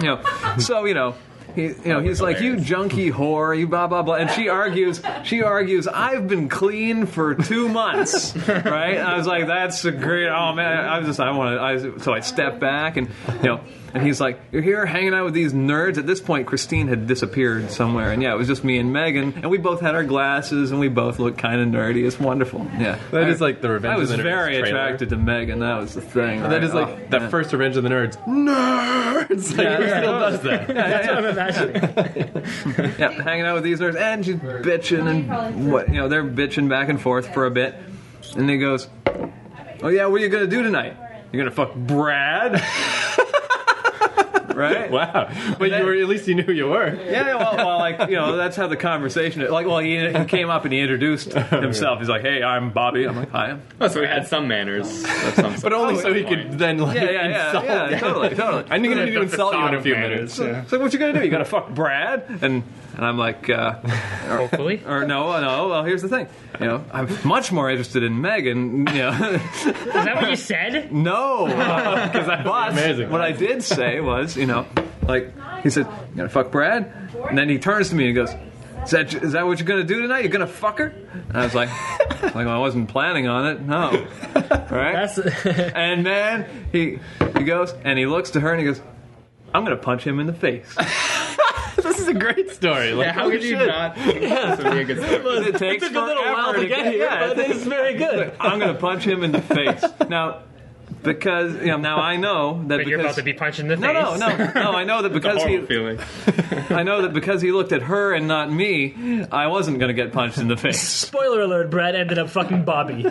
you know, so you know. He, you know, he's like, "You junkie whore, you blah blah blah," and she argues. She argues, "I've been clean for two months, right?" And I was like, "That's a great." Oh man, I was just, I want to. I, so I step back, and you know, and he's like, "You're here hanging out with these nerds." At this point, Christine had disappeared somewhere, and yeah, it was just me and Megan, and we both had our glasses, and we both looked kind of nerdy. It's wonderful. Yeah,
That is like the revenge.
I was
of the nerds
very
trailer.
attracted to Megan. That was the thing. Oh,
That is like
that
that first revenge of the nerds. Nerds. (laughs) Like, who still does that?
(laughs)
That's what (laughs) I'm imagining.
Yeah, hanging out with these nerds, and she's bitching and what you know, they're bitching back and forth for a bit, and he goes, "Oh yeah, what are you gonna do tonight? You're gonna fuck Brad, (laughs) right?
Wow. But you were at least you knew who you were.
Yeah, well, well, like you know, that's how the conversation. Like, well, he, he came up and
(laughs)
he introduced
Oh,
himself. He's like, "Hey, I'm Bobby." I'm like, "Hi."
Oh, so we had some manners of some sort.
But only so he could then like
Oh, Yeah, yeah, yeah,
insult. (laughs)
yeah, totally, totally.
I'm gonna need to
the
insult you in a
Sodom
few
manners.
minutes.
So what you gonna do? You gonna fuck Brad? And and I'm like, uh,
hopefully.
or no, no. Well, here's the thing. You know, I'm much more interested in Megan. You know. (laughs)
Is that what you said?
No, because I but
amazing.
What I did say was, you know, like he said, "You gonna fuck Brad?" And then he turns to me and he goes, "Is that is that what you're gonna do tonight? You're gonna fuck her?" And I was like, (laughs) like well, I wasn't planning on it. No, right?
That's
and then he he goes and he looks to her and he goes, "I'm gonna punch him in the face."
This is a great story. Like,
Yeah, how could you
(laughs)
not? This would be a good story.
It takes
took a little
forever
while to get here,
yeah, it
but
takes-
it's very good.
I'm gonna punch him in the face now. Because you know, now I know that
But
because
you're about to be punched in the
no,
face.
no, no, no. I
(laughs)
know that because he
Horrible feeling.
I know that because he looked at her and not me, I wasn't going to get punched in the
(laughs)
face.
Spoiler alert: Brad ended up
(laughs)
fucking Bobby. So,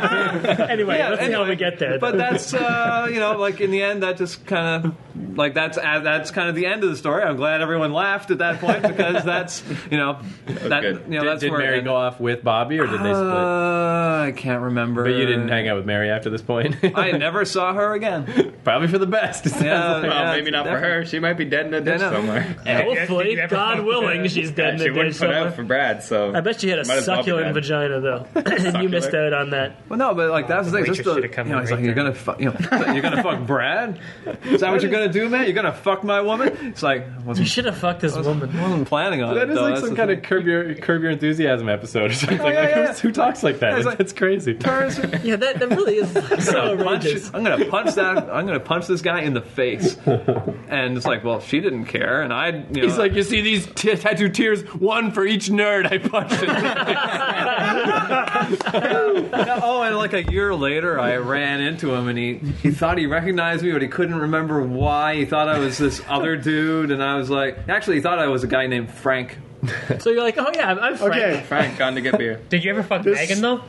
anyway, let's see how we get there.
But that's uh, you know, like in the end, that just kind of like that's uh, that's kind of the end of the story. I'm glad everyone laughed at that point because that's you know that
good.
you know
did
that's
did
where it
Mary
ended.
go off with Bobby, or did they split?
Uh, I can't remember.
but you didn't hang out with Mary after this point. (laughs)
I never saw her again.
Probably for the best. (laughs) it sounds
Yeah,
like.
Well,
yeah,
maybe not for her. She might be dead in a ditch
know.
(laughs) somewhere.
hopefully,
Did you ever-
God willing, she's dead.
(laughs) Yeah,
in
she
the
wouldn't
ditch
put
somewhere.
out for Brad, so (laughs)
I bet she had a
Might as well be
succulent
dead.
vagina
(laughs)
though, (laughs) and you missed out on that.
Well, no, but like that's the thing. Just
Waitress
the,
should've come
you know,
in
he's
right
like, you're
there.
gonna fuck, you know, you're gonna (laughs) fuck Brad. Is that what you're gonna do, man? You're gonna fuck my woman? It's like I
You
wasn't,
should have fucked this woman.
wasn't planning on it.
That is
though.
like
That's
some
the
kind
thing.
of curb your curb your enthusiasm episode or (laughs) something.
yeah,
Like,
yeah,
who's- Who talks like that?
it's like-
That's crazy.
(laughs)
Yeah, that, that really is so
I'm gonna punch-
outrageous.
I'm gonna punch that. I'm gonna punch this guy in the face, and it's like, well, she didn't care, and I. You know,
He's like, you see these t- tattoo tears, one for each nerd I punched. in the face."
oh, and like a year later, I ran into him, and he, he thought he recognized me, but he couldn't remember why. He thought I was this other dude, and I was like, actually, he thought I was a guy named Frank.
So you're like, oh yeah, I'm, I'm Frank.
Okay.
Frank gone to get beer.
Did you ever fuck
This-
Megan though?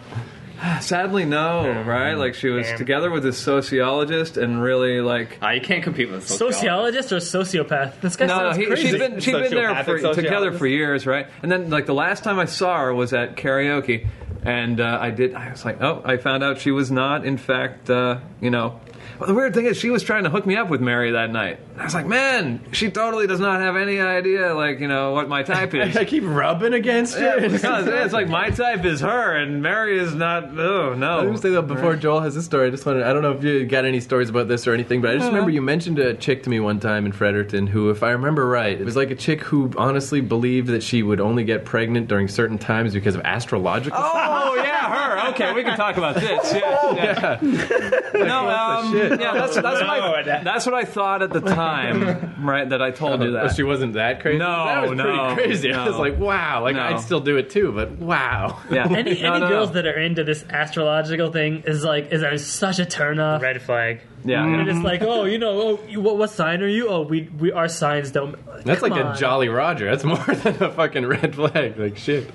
Sadly, no, right? Like she was
Damn.
together with this sociologist, and really like.
(laughs) Ah, you can't compete with a sociologist.
Sociologist or sociopath? This guy
No, no,
sounds
he,
crazy.
she's been she's been there for,
Sociopathic
together for years, right? And then like the last time I saw her was at karaoke, and uh, I did. I was like, oh, I found out she was not, in fact, uh, you know. Well, the weird thing is, she was trying to hook me up with Mary that night. I was like, man, she totally does not have any idea, like you know, what my type is.
(laughs) (laughs) I keep rubbing against
Yeah,
it.
because it's like my type is her, and Mary is not. Oh
I
no.
was gonna say though before Joel has this story, I just wanted I don't know if you got any stories about this or anything, but I just
Uh-huh.
remember you mentioned a chick to me one time in Fredericton who, if I remember right, it was like a chick who honestly believed that she would only get pregnant during certain times because of astrological.
Oh yeah, her. Okay, we can talk about this. Yeah, yeah. No, um,
shit?
yeah, that's that's, my, that's what I thought at the time, right? That I told you that.
She wasn't that crazy.
No,
that was
no,
pretty crazy. I was
no.
like, wow, like
No.
I'd still do it too, but wow.
Yeah.
Any,
No,
any
no,
girls
no.
that are into this astrological thing is like is that is such a turnoff.
Red flag.
Yeah,
And
yeah.
it's like, oh, you know, oh, you, what, what sign are you? Oh, we we our signs don't.
That's
Come
like
on.
a Jolly Roger. That's more (laughs) than a fucking red flag. Like shit.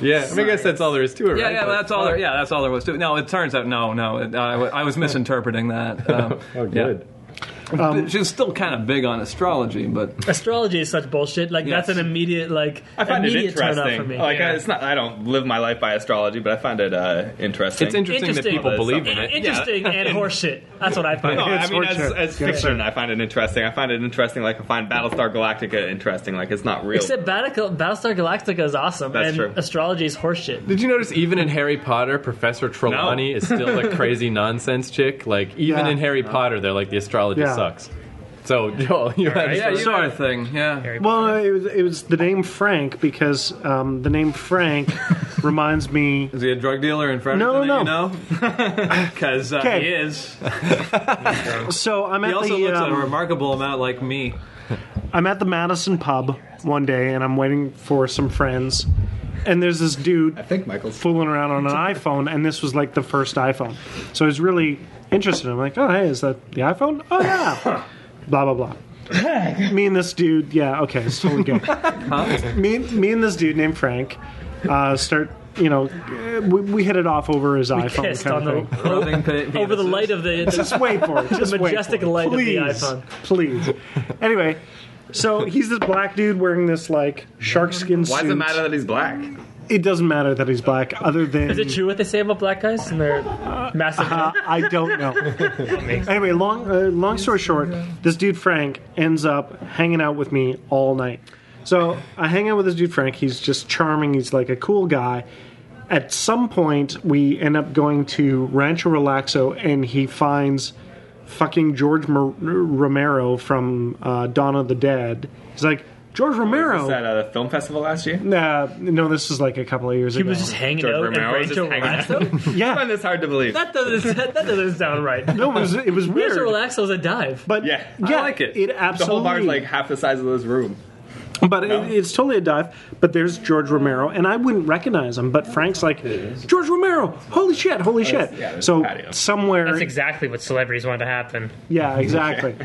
Yeah, I, mean, I guess that's all there is to it.
Yeah,
right?
yeah,
But- oh,
that's all. There, yeah, that's all there was to it. No, it turns out, no, no, it, I, wa- I was misinterpreting that.
(laughs)
Um,
Oh,
yeah.
good.
um,
But She's still kind of big on
(laughs)
astrology, but
Astrology is such bullshit. Like
Yes.
that's an immediate like
I find it
immediate turn off for
interesting.
me.
Like
Yeah.
I, it's not. I don't live my life by astrology, but I find it uh, interesting.
It's interesting,
Interesting.
that people believe in
I-
it.
Interesting
(laughs)
and horseshit. That's what I find.
No, I
(laughs)
It's
mean, as,
horseshit.
as fiction, I find it interesting. I find it interesting. Like I find Battlestar Galactica interesting. Like it's not real.
Except Battle- Battlestar Galactica is awesome,
That's
and
true.
astrology is horseshit.
Did you notice even in Harry Potter, Professor Trelawney is still a crazy nonsense chick? Like even
Yeah.
in Harry Potter, they're like the astrology
Yeah.
sucks. So (laughs) Joel, you had
yeah, sort of thing. Yeah,
Well, it was, it was the name Frank because um, the name (laughs) Frank reminds me.
is he a drug dealer in front
No,
of
no,
you know?
(laughs)
(laughs) Because uh,
Okay.
he is.
So I'm
He
at
also
the
looks a
um,
remarkable amount like me.
I'm (laughs) at the Madison pub one day, and I'm waiting for some friends, and there's this dude
I think Michael's.
fooling around
(laughs)
on an iPhone, and this was like the first iPhone. So I was really interested. I'm like, oh, hey, is that the iPhone? Oh,
(laughs)
yeah. blah, blah, blah. me and this dude, yeah, okay, it's totally gay. me, me and this dude named Frank uh, start, you know, uh, we, we hit it off over his iPhone
kissed
kind
on the-
of thing.
Clothing pe-
Over the
penises.
light of the, the
Just wait
(laughs)
for it. Just wait
majestic
for it.
light of the
please,
iPhone.
Please. Anyway, so he's this black dude wearing this, like, shark skin suit.
Why does it matter that he's black?
It doesn't matter that he's black, other than.
Is it true what they say about black guys and their
Uh-huh.
massive?
Uh, I don't know. anyway, long uh, long story short, this dude Frank ends up hanging out with me all night. So I hang out with this dude Frank. He's just charming. He's like a cool guy. At some point, we end up going to Rancho Relaxo, and he finds fucking George Mar- Romero from uh, Dawn of the Dead. He's like George
Was Oh, that
Romero.
at a film festival last year?
Nah, no, this was like a couple of years
he
ago.
was just hanging
George
out
Romero
and
was
Rancho
just hanging (laughs)
Relaxo.
I
yeah.
find this hard to believe.
that doesn't that doesn't sound right.
No, it was it was
Rancho
weird.
Relaxo's a dive.
But
Yeah, I like it.
It
the
absolutely
whole bar's like half the size of this room.
But it, it's totally a dive. But there's George Romero, and I wouldn't recognize him. But Frank's like, George Romero, holy shit, holy shit.
Oh, yeah, there's
so
a patio.
somewhere,
That's exactly what celebrities want to happen.
yeah,
(laughs)
exactly.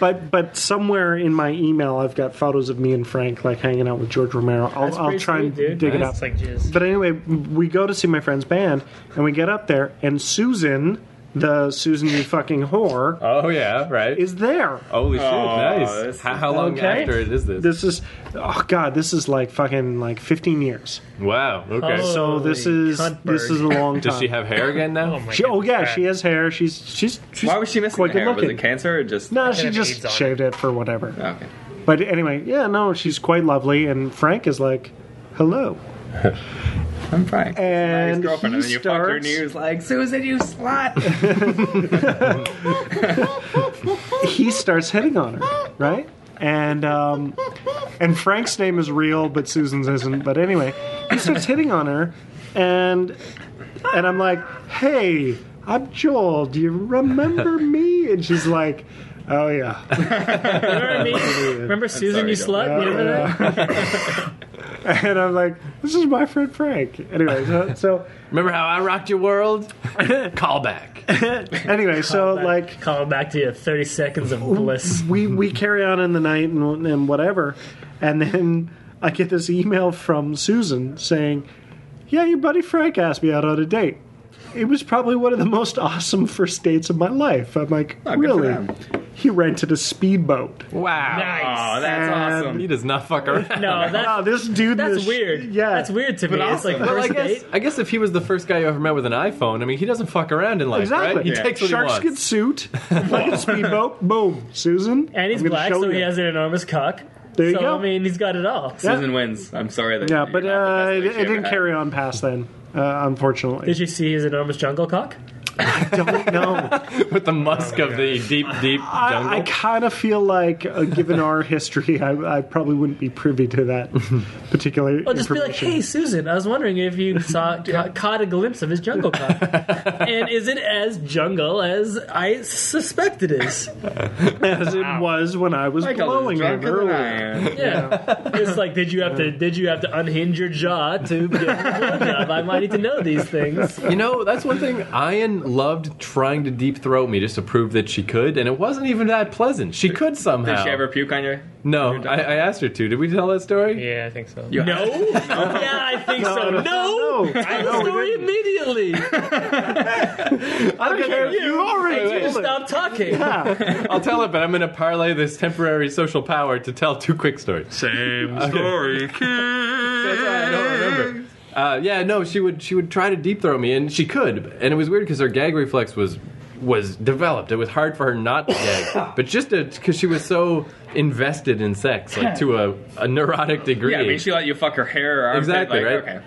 but but somewhere in my email, I've got photos of me and Frank like hanging out with George Romero. I'll, I'll try and dig it up.
It's like jizz.
But anyway, we go to see my friend's band, and we get up there, and Susan, the Susan you fucking whore,
Uh,
Oh yeah, right.
is there.
Holy shit,
this
nice.
is-
How, how long
Okay.
after it is this?
This is, oh god, this is like fucking like 15 years.
wow. Okay.
Oh.
So this
Holy
is
cuntberg.
this is a long time.
Does she have hair again
Oh
now?
my
She, oh
goodness,
yeah,
crap.
she has hair. She's she's. she's
Why was she missing
quite
the hair?
good
Was
looking.
it cancer or just?
No, she
have
just
AIDS on
shaved it for whatever.
Okay.
But anyway, yeah, no, she's quite lovely, and Frank is like, "Hello,"
I'm fine.
and
His girlfriend,
he
and then you fuck her, and
starts.
he was like, "Susan,
(laughs)
you slut."
He starts hitting on her, right? And um, and Frank's name is real, but Susan's isn't. But anyway, he starts hitting on her, and and I'm like, "Hey, I'm Joel. Do you
(laughs)
remember me?" And she's like, "Oh yeah."
Remember, me? Remember Susan,
sorry,
you
Joe.
slut. You remember that?
Uh, (laughs) and I'm like, this is my friend Frank. Anyway, so, so
Remember how I rocked your
(laughs)
world? Call back.
anyway, so like
Call back to you. Thirty seconds of bliss.
we
Mm-hmm.
we carry on in the night and, and whatever, and then I get this email from Susan saying, "Yeah, your buddy Frank asked me out on a date. It was probably one of the most awesome first dates of my life." I'm like,
Oh, good for
"Really?"
them.
He rented a speedboat.
Wow.
Oh,
Nice.
that's
And-
awesome.
He does not fuck around.
No,
Wow,
that's
this dude.
that's
this-
weird.
Yeah,
that's weird to me. It's like
awesome.
Well, I
first
guess,
date.
I guess if he was the first guy you ever met with an iPhone, I mean, he doesn't fuck around in life,
Exactly.
right? He
Yeah.
takes what
Shark
he
skin
wants. (laughs)
suit, fucking speedboat, boom, Susan.
And he's
I'm gonna
black,
show
so
you.
he has an enormous cock.
There you
so,
go.
I mean, he's got it all.
Susan wins. I'm sorry that.
Yeah,
you're
but
not
uh,
the best
it,
lady
it
she ever
didn't
had.
carry on past then, uh, unfortunately.
Did you see his enormous jungle cock?
Don't know.
(laughs) With the musk of the deep, deep jungle.
I, I kind of feel like, uh, given our history, I, I probably wouldn't be privy to that particular
Well, just be like,
information.
hey, Susan, I was wondering if you
(laughs)
saw ca- caught a glimpse of his jungle cock. and is it as jungle as I suspect it is?
as it was when I was
Michael
blowing
is
him
drunker than I
earlier. (laughs)
am.
Yeah. it's like, did you have to did you have to unhinge your jaw to get a blowjob? I might need to know these things.
You know, that's one thing. Ian loved trying to deep throat me just to prove that she could, and it wasn't even that pleasant. She could somehow.
Did she ever puke on your?
No, I, I asked her to. Did we tell that story?
Yeah, I think so.
you
Oh, No? yeah, I think so. No!
no.
Tell the story immediately.
I don't care if you already
Just
told it.
(laughs)
stop talking.
I'll tell it, but I'm going to parlay this temporary social power to tell two quick stories. (laughs)
Same story.
That's why I don't remember. Uh, yeah, no, she would she would try to deep throw me, and she could, and it was weird because her gag reflex was was developed. It was hard for her not to gag, but just because she was so invested in sex, like to a, a neurotic degree.
Yeah, I mean, she let you fuck her hair. Or armpit,
Exactly,
like,
right?
Okay.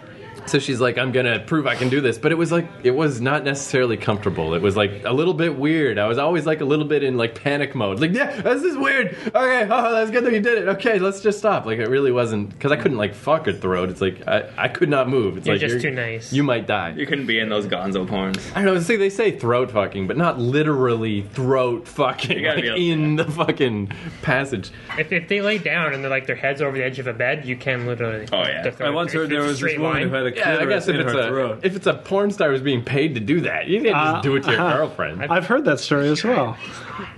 So she's like, I'm gonna prove I can do this, but it was like it was not necessarily comfortable. It was like a little bit weird. I was always like a little bit in like panic mode. Like, yeah, this is weird. Okay, (laughs) oh, that's good that you did it. Okay, let's just stop. Like, it really wasn't because I couldn't like fuck her throat. It's like I, I could not move. It's
You're
like
just too nice.
You might die.
You couldn't be in those Gonzo porns.
I don't know. See, they say throat fucking, but not literally throat fucking.
You gotta
Like,
be able-
in the fucking passage.
If, if they lay down and they're like their heads over the edge of a bed, you can literally.
Oh, yeah.
just throw
I
it-
once
if
heard there
it's a
was this
straight
woman
line.
who had a
Yeah, I
clitoris
guess if
in
it's
her
a
(sighs) throat.
if it's a porn star who's being paid to do that, you didn't
Uh,
just do it to your
uh-huh.
girlfriend.
I've heard that story as well.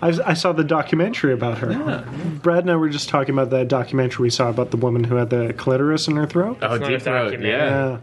I, I saw the documentary about her. Brad and I were just talking about that documentary we saw about the woman who had the clitoris in her throat.
Oh,
not
deep
a
throat.
documentary.
Yeah.
Uh,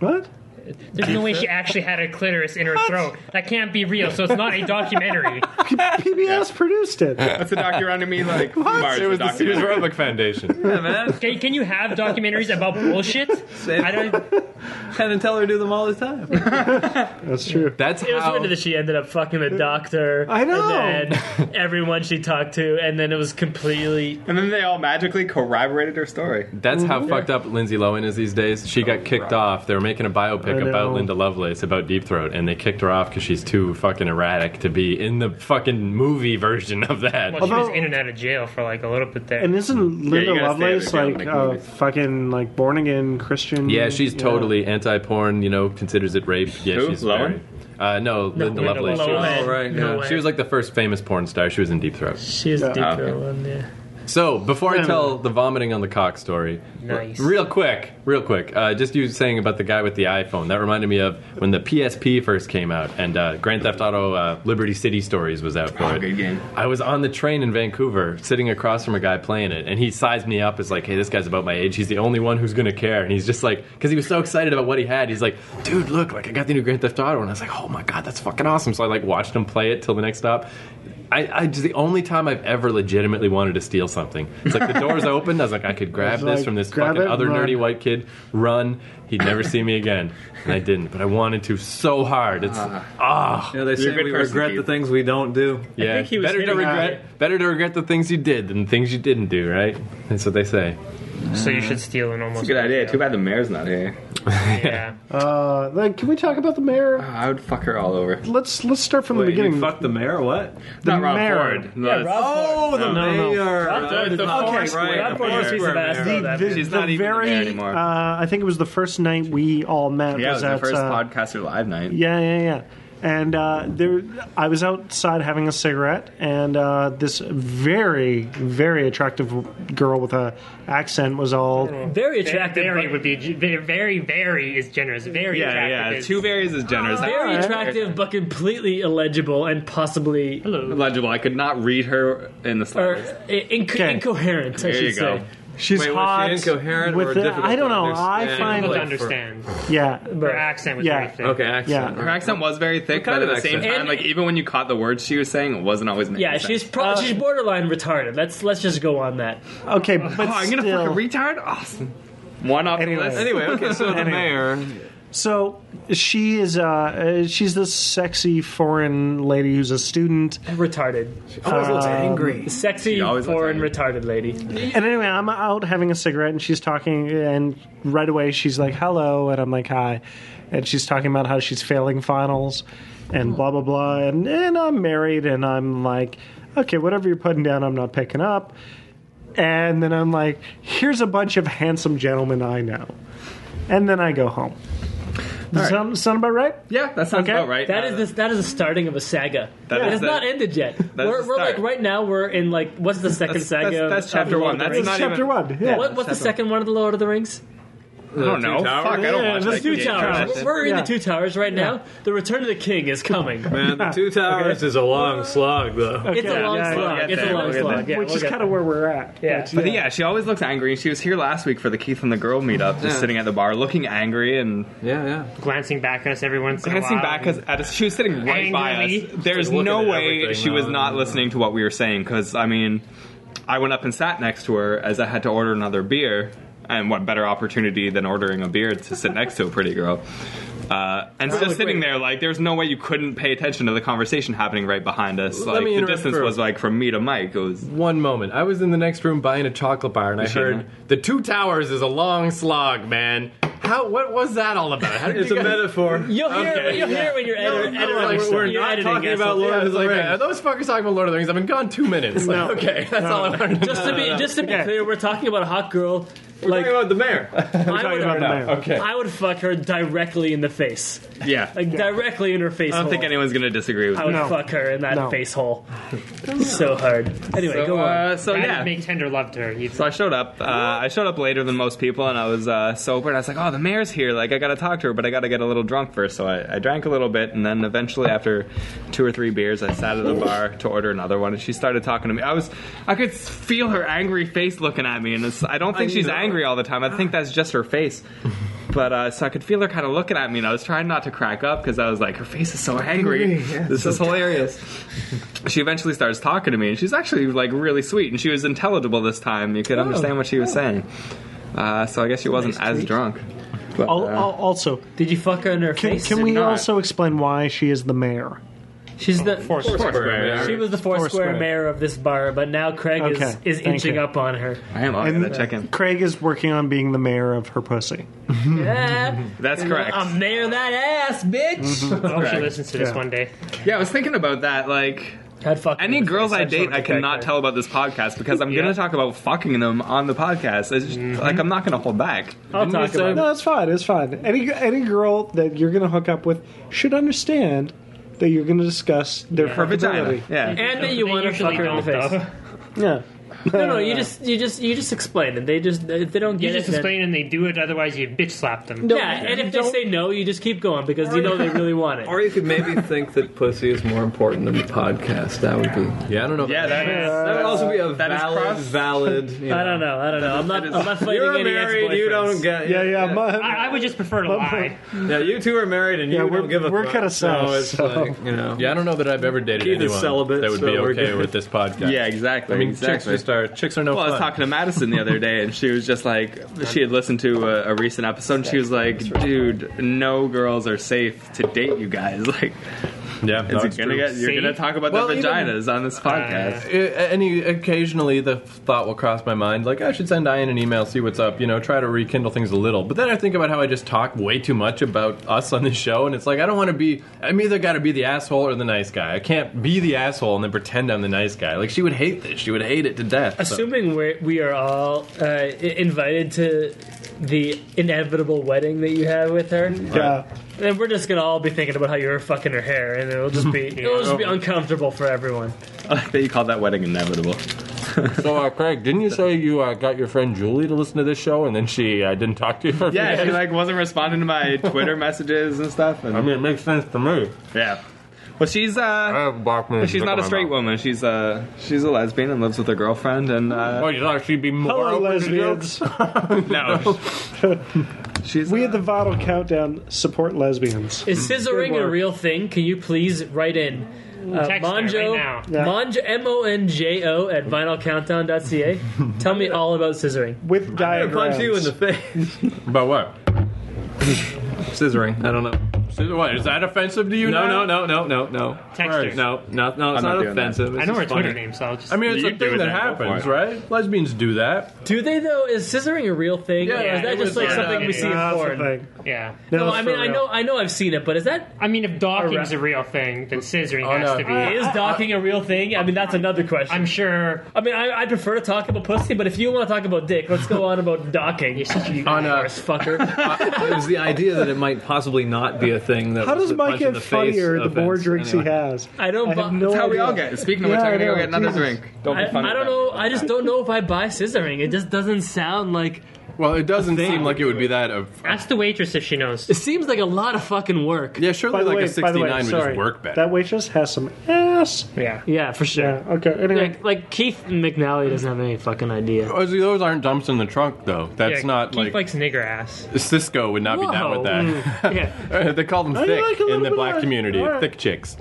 what?
(laughs)
There's no way
(laughs)
she actually had a clitoris in her throat. That can't be real. So it's not a
(laughs)
documentary.
PBS produced it. (laughs)
That's a documentary. Like Mars
It was the Sears
documentary.
Roebuck Foundation.
Yeah, man.
Can, can you have documentaries about bullshit? I don't.
(laughs) And tell her do them all the time.
That's true.
That's
It was
how.
weird that she ended up fucking the doctor.
I know.
And then everyone she talked to, and then it was completely.
And then they all magically corroborated her story.
That's how fucked up Lindsay Lohan is these days. She got kicked off. They were making a
I
biopic
know.
about Linda Lovelace about Deep Throat, and they kicked her off because she's too fucking erratic to be in the fucking movie version of that.
Well, she was
Although-
in and out of jail for like a little bit there.
And isn't Linda
gotta stay
Lovelace
underground
like
to make
a
movies.
fucking like born again Christian?
yeah, she's totally anti-porn. You know, considers it rape. Yeah,
Who?
she's
Lohan?
very. Uh, no, Linda
Linda
Lovelace. She was,
Lohan.
Oh, right,
No
yeah.
way.
she was like the first famous porn star. She was in Deep Throat.
She is deep
Ah,
throat
okay.
one, yeah.
So before I
No, no,
tell the vomiting on the cock story,
Nice.
Real quick, real quick. Uh, just you saying about the guy with the iPhone. That reminded me of when the PSP first came out, and uh, Grand Theft Auto uh, Liberty City Stories was out for
Oh,
it.
good game.
I was on the train in Vancouver, sitting across from a guy playing it, and he sized me up as like, "Hey, this guy's about my age. He's the only one who's gonna care." And he's just like, because he was so excited about what he had, he's like, "Dude, look, like I got the new Grand Theft Auto," and I was like, "Oh my god, that's fucking awesome!" So I like watched him play it till the next stop. I, I just the only time I've ever legitimately wanted to steal something. It's like the
(laughs)
door's open. I was like, I could grab
It's
this
like,
from this
grab
fucking
it,
other
run.
nerdy white kid, run. He'd never see me again, and I didn't. But I wanted to so hard. It's ah,
You know, they
You're a
say
good
we
person,
regret the
Keith.
things we don't do.
yeah.
think he was
better to
hitting
regret better to regret the things you did than the things you didn't do, right? That's what they say.
so you should steal an almost.
Good idea. Too bad the mayor's not here.
Yeah.
Uh, like, can we talk about the mayor?
Oh, I would fuck her all over.
Let's let's start from the
Wait,
beginning.
you fucked the mayor? What?
the
not Rob
mayor.
Ford. No, it's-
Oh,
No,
the
no, no.
mayor.
It's the
okay,
Foursquare
right.
mayor.
Foursquare piece of ass.
The,
that
the-
man.
She's
the
not even
very,
there anymore.
Uh, I think it was the first night we all met.
Yeah, it was
was
the
at,
first
uh,
podcaster live night.
Yeah, yeah, yeah. and uh, there I was outside having a cigarette, and uh, this very, very attractive girl with a accent was all
Very attractive.
Very
but-
would be ge- ve- very very is generous. Very
Yeah,
attractive
yeah.
is-
Two berries is generous.
very attractive, but completely illegible and possibly
Hello.
Legible. I could not read her in the
or
slightest.
i- inc-
Okay.
incoherent. I
There
should
you go.
say.
she's
Wait, was she
hot.
incoherent
with
or
the-
difficult
I don't
to
know. I
understand?
find
People
Like
to
for-
understand.
yeah,
Her accent was
Yeah.
very thick.
Okay, accent.
Yeah.
Her accent was very thick,
kind
but at
of
the same
accent?
time,
And-
like even when you caught the words she was saying, it wasn't always making
Yeah,
sense.
she's pro- she's borderline retarded. Let's let's just go on that.
okay, but
(laughs) Oh, I'm gonna
still.
fucking retard. Awesome. One off
Anyway.
the list.
Anyway, okay, so the mayor.
So she is. Uh, uh, she's this sexy foreign lady who's a student.
Retarded, Um,
Always looks angry.
sexy,
She always looks
foreign, retarded lady.
And anyway, I'm out having a cigarette, and she's talking, and right away she's like, "Hello," and I'm like, "Hi," and she's talking about how she's failing finals, and blah blah blah, and and I'm married, and I'm like, "Okay, whatever you're putting down, I'm not picking up," and then I'm like, "Here's a bunch of handsome gentlemen I know," and then I go home. Does Sound, sound about right?
Yeah, that sounds
Okay.
about right.
That
Uh,
is this. That is the starting of a saga.
That
it
is
has
the-
not ended yet.
the
We're, we're like
start.
right now. We're in like what's the second
That's,
saga?
that's, that's
of
chapter
Lord
one.
of the
That's
Rings?
not
chapter
even,
one. Yeah.
What, what's the
chapter one.
second one of the Lord of the Rings?
I don't know.
Towers?
Oh, Fuck, I don't
Yeah,
watch
the
that
Two
game.
towers.
Interesting.
We're in
Yeah.
the two towers right now. The return of the king is coming.
Man, the two towers is a long slog, though.
It's a
Yeah,
long
yeah,
slog.
we'll get
it's
there,
a long
we'll get
slog.
there.
Yeah,
Which
we'll
is
get
kind of where we're at.
Yeah.
But,
But yeah, she always looks angry. She was here last week for the Keith and the Girl meetup, just sitting at the bar, looking angry and
Yeah, yeah.
Glancing back at us every once in a while.
glancing back as- at us. She was sitting right
Angrily.
by us. There's
Like looking
no
at
way
everything,
she was
uh,
not listening to what we were saying because I mean, I went up and sat next to her as I had to order another beer. And what better opportunity than ordering a beer to sit next to a pretty girl? Uh, and just sitting there, like, there's no way you couldn't pay attention to the conversation happening right behind us.
Let
Like,
me
the
interrupt
distance
for-
was like from me to Mike. It
(laughs)
was
One moment. I was in the next room buying a chocolate bar, and I
Machine,
heard
huh?
the two towers is a long slog, man. How? What was that all about? How did
It's a
(laughs) you guys-
metaphor.
there. You'll hear,
Okay.
you'll hear when you're editor,
no,
editor,
like,
you're
we're
not
editing
talking
us.
about Lord
Yeah,
of
I was
the
like,
Rings.
are those fuckers talking about Lord of the Rings? I've been gone two minutes. Like, okay, that's all I wanted.
Just to be, just to be clear, we're talking about a hot girl. Like
Talking about
(laughs)
the mayor.
I would,
about the mayor.
Okay.
I would fuck her directly in the face,
yeah. I
like directly in her face.
don't think anyone's gonna disagree with
I would
me.
No.
fuck her in that
No.
face hole. so hard. Anyway,
So,
go on.
uh, so
That
yeah,
would make tender love to her. You'd
So I showed up. Uh, I showed up later than most people, and I was uh, sober. And I was like, "Oh, the mayor's here. Like, I gotta talk to her, but I gotta get a little drunk first. So I, I drank a little bit, and then eventually, after two or three beers, I sat at the bar to order another one. And she started talking to me. I was, I could feel her angry face looking at me, and it's, I don't think she's
know.
angry all the time. I think that's just her face. But uh, so I could feel her kind of looking at me, and I was trying not to crack up because I was like, her face is so angry. this is hilarious she eventually starts talking to me, and she's actually like really sweet, and she was intelligible this time. You could understand what she was saying. Uh, so I guess she wasn't as drunk. But,
Al-
uh,
al- also,
Did you fuck her in her
can,
face?
can we uh,
not.
also explain why she is the mayor?
She's the
Foursquare.
She was the four, square,
Foursquare.
mayor of this bar, but now Craig
Okay,
is, is
thank
inching
you.
up on her.
I am on that check in.
Craig is working on being the mayor of her pussy.
Yeah,
That's correct.
I'm mayor that ass, bitch.
Oh, she
Correct.
listens to this
Yeah.
one day.
Yeah, I was thinking about that. Like
I'd fuck her
any
in the
girls
face.
I
just
date,
wanna
I
get back
cannot
there.
tell about this podcast because I'm
Yeah.
gonna talk about fucking them on the podcast. It's just, Like I'm not gonna hold back.
I'll talk about. it.
No, it's fine. It's fine. Any any girl that you're going to hook up with should understand that you're going to discuss their
Her vagina.
fuckability.
Yeah.
And that you
They
want to fuck
usually
her in the
don't,
face.
Yeah.
No, no, you just, you just, you just explain it. They just, if they don't
You
get
just
it, then-
explain and they do it. Otherwise, you bitch slap them.
yeah, and if they say no, you just keep going because you know they really want it.
Or you could maybe think that pussy is more important than the podcast. That would be.
yeah, I don't know.
Yeah, that is.
Uh,
That would also be a
That is
valid,
cross-
(laughs) valid. You know.
I don't know. I don't know. I'm not. I'm not fighting
You're
any
married. You
ex-boyfriends.
don't get.
Yeah, yeah. my-
I, I would just prefer to lie.
Yeah, you two are married, and you
Yeah,
don't
we're-
give a
we're
fuck.
kinda sus,
So it's
so-
like you know.
Yeah, I don't know that I've ever dated
Keith is
anyone
celibate,
that would be
so we're
okay
good.
with this podcast.
Yeah, exactly.
I mean,
exactly.
chicks just are chicks are no
Well, I was
fun.
talking to Madison the other day, and she was just like, she had listened to a, a recent episode, and she was like, dude, no girls are safe to date you guys. (laughs) Like,
yeah, no,
it's
it's
gonna
true.
get, you're
Safe?
gonna talk about
Well,
the
even-
vaginas on this podcast.
(laughs) Uh, any occasionally the thought will cross my mind like I should send Ian an email, see what's up, you know, try to rekindle things a little. But then I think about how I just talk way too much about us on this show, and it's like I don't want to be. I'm either got to be the asshole or the nice guy. I can't be the asshole and then pretend I'm the nice guy. Like she would hate this. She would hate it to death. so-
Assuming we we are all uh, i- invited to the inevitable wedding that you have with her,
yeah.
And we're just gonna all be thinking about how you were fucking her hair, and it'll just be it'll just be uncomfortable for everyone.
I think you called that wedding inevitable.
So, uh, Craig, didn't you say you uh, got your friend Julie to listen to this show and then she uh, didn't talk to you? For
Yeah, she like wasn't responding to my Twitter messages and stuff. And,
I mean, it makes sense to me.
yeah. Well, she's
I
uh,
have black men.
she's not a straight woman. She's uh, she's a lesbian and lives with her girlfriend. And
Oh,
uh,
you thought she'd be more
Hello,
open to jokes?
lesbians.
no, she's
We
uh,
at the Vital Countdown support lesbians.
Is scissoring a
work.
real thing? Can you please write in? Uh,
Text her right
Monjo,
now. Yeah.
Monjo, M-O-N-J-O at vinylcountdown.ca. Tell me all about scissoring.
With diagrams.
Punch you in the face.
About what?
Scissoring. I don't know.
So What is that offensive to you?
No,
now?
no, no, no, no, no.
Text her.
No, no, no.
not
It's not
doing that.
offensive.
I know her Twitter name, so I'll just.
I mean, it's
You
a
do
thing
it
that
then, go for
happens,
it.
right? Lesbians do that.
Do they though? Is scissoring a real thing? or
Yeah,
is that
it
just
was
like
on,
something
uh,
we see in
Nah, that's the
porn?
thing.
yeah.
No,
No,
it's
I mean
for
I
real.
know I know I've seen it, but is that
I mean, if docking's a real thing, then scissoring
Oh, no.
has to be.
is docking a real thing? I mean that's another question.
I'm sure.
I mean, I, I prefer to talk about pussy, but if you want to talk about dick, let's go on about docking. You such a
On, uh,
horse (laughs) fucker.
It was the idea that it might possibly not be a thing. That
How
was
does
a
Mike
punch in
get
the face
funnier the
offense.
more drinks
Anyway.
he has?
I don't.
I have
bu-
no
how we all
idea.
get. Speaking of which,
Yeah,
I'm
I
gonna go
know,
get another
Jesus.
drink. Don't
I,
be funny.
I don't know. I just don't know if I buy scissoring. It just doesn't sound like.
Well, it doesn't seem like it would be that. Of,
Ask the waitress if she knows.
It seems like a lot of fucking work.
yeah, surely
By the
like
way,
a
by the
69
way,
would
sorry.
just work better.
That waitress has some ass.
Yeah.
Yeah, for sure.
Yeah. Okay. Anyway,
Like, like Keith McNally doesn't have any fucking idea.
Oh, see, those aren't dumps in the trunk, though. That's
Yeah,
not
Keith
like,
likes nigger ass.
Cisco would not be down with (laughs) that. Uh,
yeah.
they call them
you
thick
like a little
in the
bit
black
of-
community.
all right.
Thick chicks.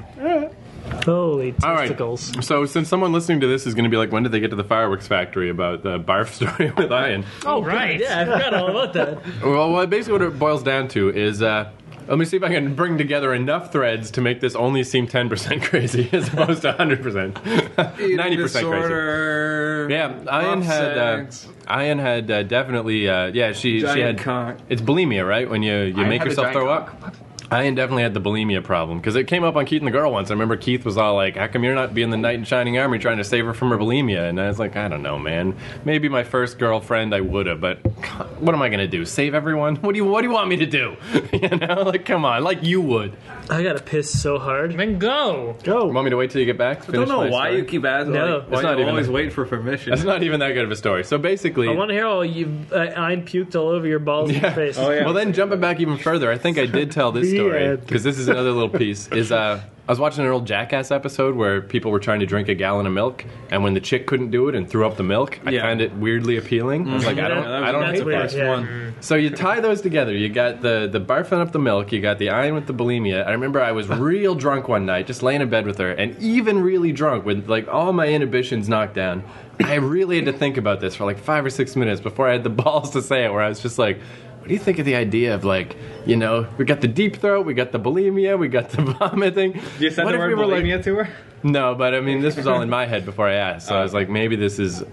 Holy
All right.
testicles.
So, since someone listening to this is going to be like, when did they get to the fireworks factory about the barf (laughs) story with Ian?
Oh,
right.
God, Yeah, I forgot all about that.
Well, what basically what it boils down to is, uh, let me see if I can bring together enough threads to make this only seem 10% (laughs) crazy as opposed to 100%. (laughs) 90% crazy.
Disorder.
Yeah, Ian had uh,
sex.
Ian had uh, definitely uh, yeah she she had
Giant cock.
it's bulimia right when you you
I
make
had a
yourself
giant
throw up. Ian definitely had the bulimia problem because it came up on Keith and the girl once. I remember Keith was all like, "How come you're not being the knight in shining armor trying to save her from her bulimia?" And I was like, "I don't know, man. Maybe my first girlfriend I would have, but (laughs) God, what am I gonna do? Save everyone? What do you What do you want me to do? (laughs) you know, like come on, like you would.
(laughs) I gotta piss so hard.
Then go.
You
go.
want me to wait till you get back? I
Don't know why you keep asking.
No,
No,
it's
why
not
you
even
always
a-
wait for permission.
That's not even that good of a story. So basically,
I want to hear all you. Uh, I puked all over your balls and face.
(laughs)
Oh,
Well, then jumping back even further, I think I did tell this
(laughs) The
story
end.
because this is another little piece. Is uh, I was watching an old Jackass episode where people were trying to drink a gallon of milk, and when the chick couldn't do it and threw up the milk, I
Yeah. Mm-hmm.
found it weirdly appealing. I was like, I don't,
Yeah, that was-
I don't
that's
hate
weird,
that.
yeah.
one.
So you tie those together. You got the the barfing up the milk. You got the iron with the bulimia. I remember I was
(laughs)
real drunk one night, just laying in bed with her, and even really drunk with like all my inhibitions knocked down. I really had to think about this for like five or six minutes before I had the (laughs) balls to say it. Where I was just like. What do you think of the idea of like, you know, we got the deep throat, we got the bulimia, we got the (laughs) vomiting.
You said
What
the
if
word
we were, like-
bulimia to her.
no, but I mean, this was all in my head before I asked. So I was like, maybe this is, (laughs)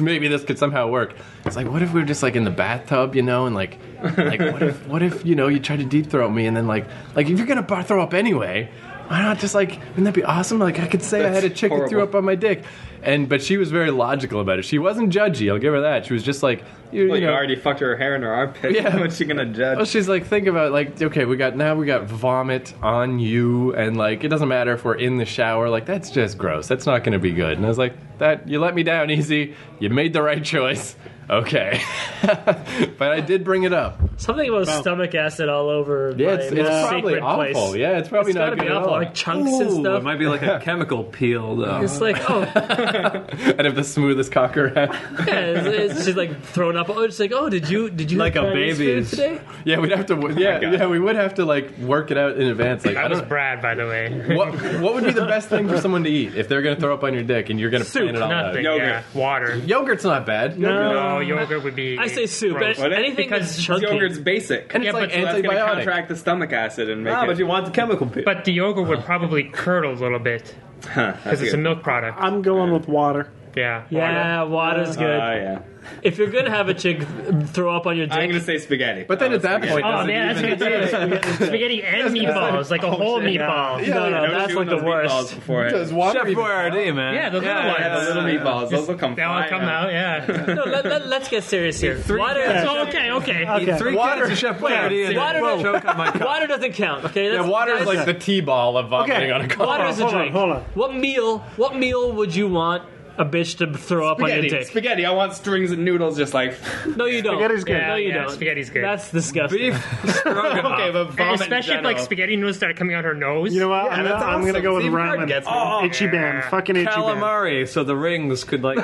maybe this could somehow work. It's like, what if we were just like in the bathtub, you know, and like, like what if, what if you know, you tried to deep throat me, and then like, like if you're gonna bar throw up anyway, why not just like, wouldn't that be awesome? Like I could say I had a
That's
chick that threw
horrible.
up on my dick, and but she was very logical about it. She wasn't judgy. I'll give her that. She was just like, (laughs) you,
Well,
you
you
know,
already fucked her hair in her armpit.
Yeah.
What's she gonna judge?
well, she's like, think about like, okay, we got now we got vomit on you, and like, it doesn't matter if we're in the shower. Like, that's just gross. That's not going to be good. And I was like, that you let me down easy. You made the right choice. Okay, (laughs) but I did bring it up.
Something about stomach acid all over.
Yeah,
my
it's,
most
it's probably
sacred place.
awful. Yeah, it's probably
it's
not
gotta
good
be
at
awful.
all.
Like chunks and
Ooh,
stuff.
it might be like a chemical peel, though.
It's like
(laughs)
oh,
(laughs) and if the smoothest cocker had,
yeah, it's, it's just like thrown up. Oh, it's like oh, did you did you
Like
have
a
Chinese
baby's.
food today?
(laughs) yeah, we'd
Oh
have to. Yeah, yeah, we would have to like work it out in advance. Like, I
That was
don't.
Brad, by the way.
What, what would be
(laughs)
the best thing for someone to eat if they're going to throw up on your dick and you're going to plan it all
Nothing.
out?
Yogurt.
Yeah. Water.
Yogurt's not bad.
No, yogurt would be.
I say soup.
gross.
Any- Anything
Because
that's chunky.
Yogurt's basic.
And it's
Yeah,
like
but
so that's gonna
antibiotic.
contract the stomach acid and make
ah,
it.
but you want the chemical peel.
But the yogurt would probably curdle a little bit
because
because it's a milk product.
I'm going with water.
Yeah.
Yeah, water's
Oh,
good.
Uh,
yeah.
If you're gonna have a chick throw up on your
I'm
dick,
gonna say spaghetti.
But then at that point,
Oh,
does it
man,
even-
that's (laughs)
Spaghetti and meatballs,
Oh,
like a whole meatball.
no,
I
no,
was
that's
doing
like the
those
worst.
meatballs Before it.
does water
Chef
even-
Boyardee, man.
Yeah, those
yeah,
little ones.
yeah, the little meatballs. Those will come.
That will
flying
come out, yeah.
No, let, us get serious here. water,
So, okay,
Uh,
okay.
yeah. Three
Water-
cans of Chef Boyardee and
Water-
then choke on my
(laughs)
cup.
water doesn't count. Okay,
Yeah,
That's-
water is
guys,
like the T-ball of vomiting
Okay.
on a cup.
water is a
Hold on,
drink.
hold on.
What meal? What meal would you want a bitch to throw up on your
Spaghetti,
dick?
spaghetti. I want strings and noodles, just like
No, you don't.
Spaghetti's good.
no, you
Yeah, yeah,
don't.
spaghetti's good.
That's disgusting.
Beef stroganoff.
okay, (laughs) but
And
vomit
especially
in
if like
general.
spaghetti noodles started coming out her nose.
You know what? I'm, gonna,
that's
I'm gonna
awesome.
go with
See, Bird
ramen.
gets me.
oh, Ichiban, fucking Ichiban.
calamari, so the rings could like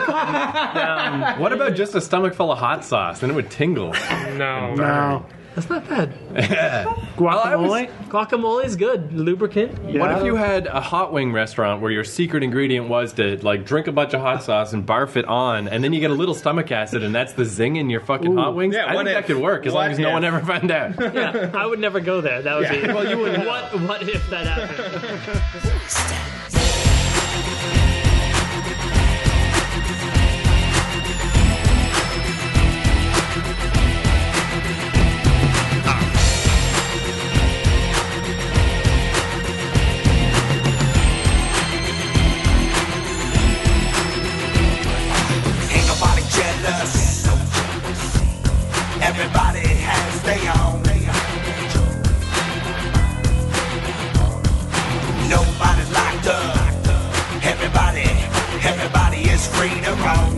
What about just a stomach full of hot sauce? Then it would
(laughs)
tingle.
No.
No,
That's not bad.
I was-
guacamole.
Guacamole's good. Lubricant.
Yeah.
What if you had a hot wing restaurant where your secret ingredient was to like drink a bunch of hot sauce and barf it on, and then you get a little stomach acid, and that's the zing in your fucking hot wings?
Yeah,
I
what
think that
if?
could work as long
What
as no
if?
one ever found out.
Yeah, (laughs) I would never go there. That would be.
Well,
(laughs)
you would-
What? What if that happened?
Ain't nobody jealous. Everybody has their own. Nobody's locked up. Everybody, everybody is free to roam.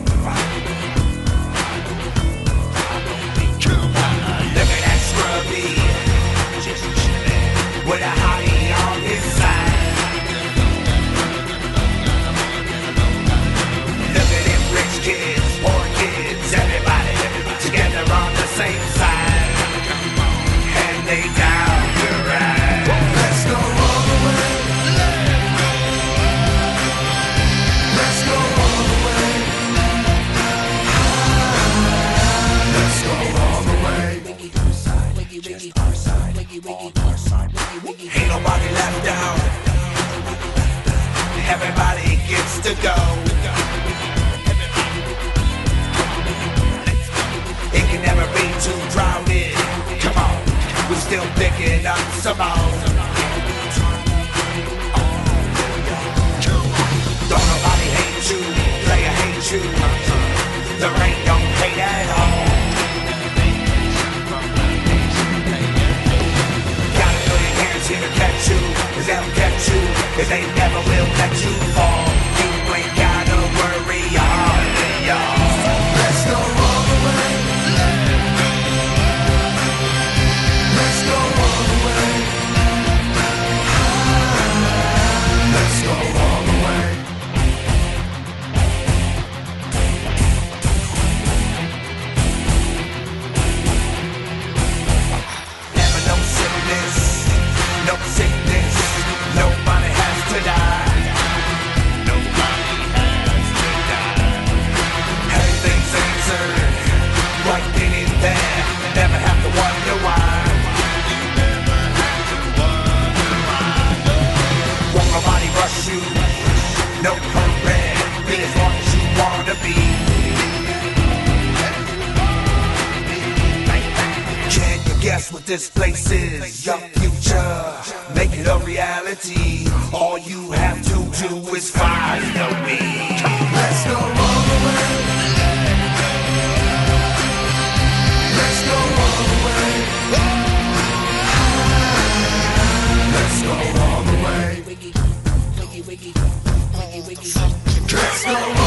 Look at that scrubby. With a hottie on his side. Look at them rich kids, poor kids, everybody together on the same side. And they down to ride. Let's go all the way. Let's go all the way. Let's go all the way. Just our side, all our side. Ain't nobody left out. Everybody gets to go. It can never be too crowded. Come on, we're still picking up some more. Don't nobody hate you, player hate you. There ain't no hate at all. Gotta throw your hands here to catch you, cause they'll catch you, cause they never will let you fall. You ain't gotta worry, all y'all. Let's go all the way. Let's go all the way. Let's go all the way. Never no sickness, no sickness. Nobody has to die. Nobody has to die. Everything's answered right then and there. Never have to wonder why. Won't nobody rush you. No career. Be as long as you wanna be. Can you guess what this place is? Your future. Make it a reality. All you have to do is find the way. Let's go all the way. Let's go all the way. Let's go all the way. Let's go all the way.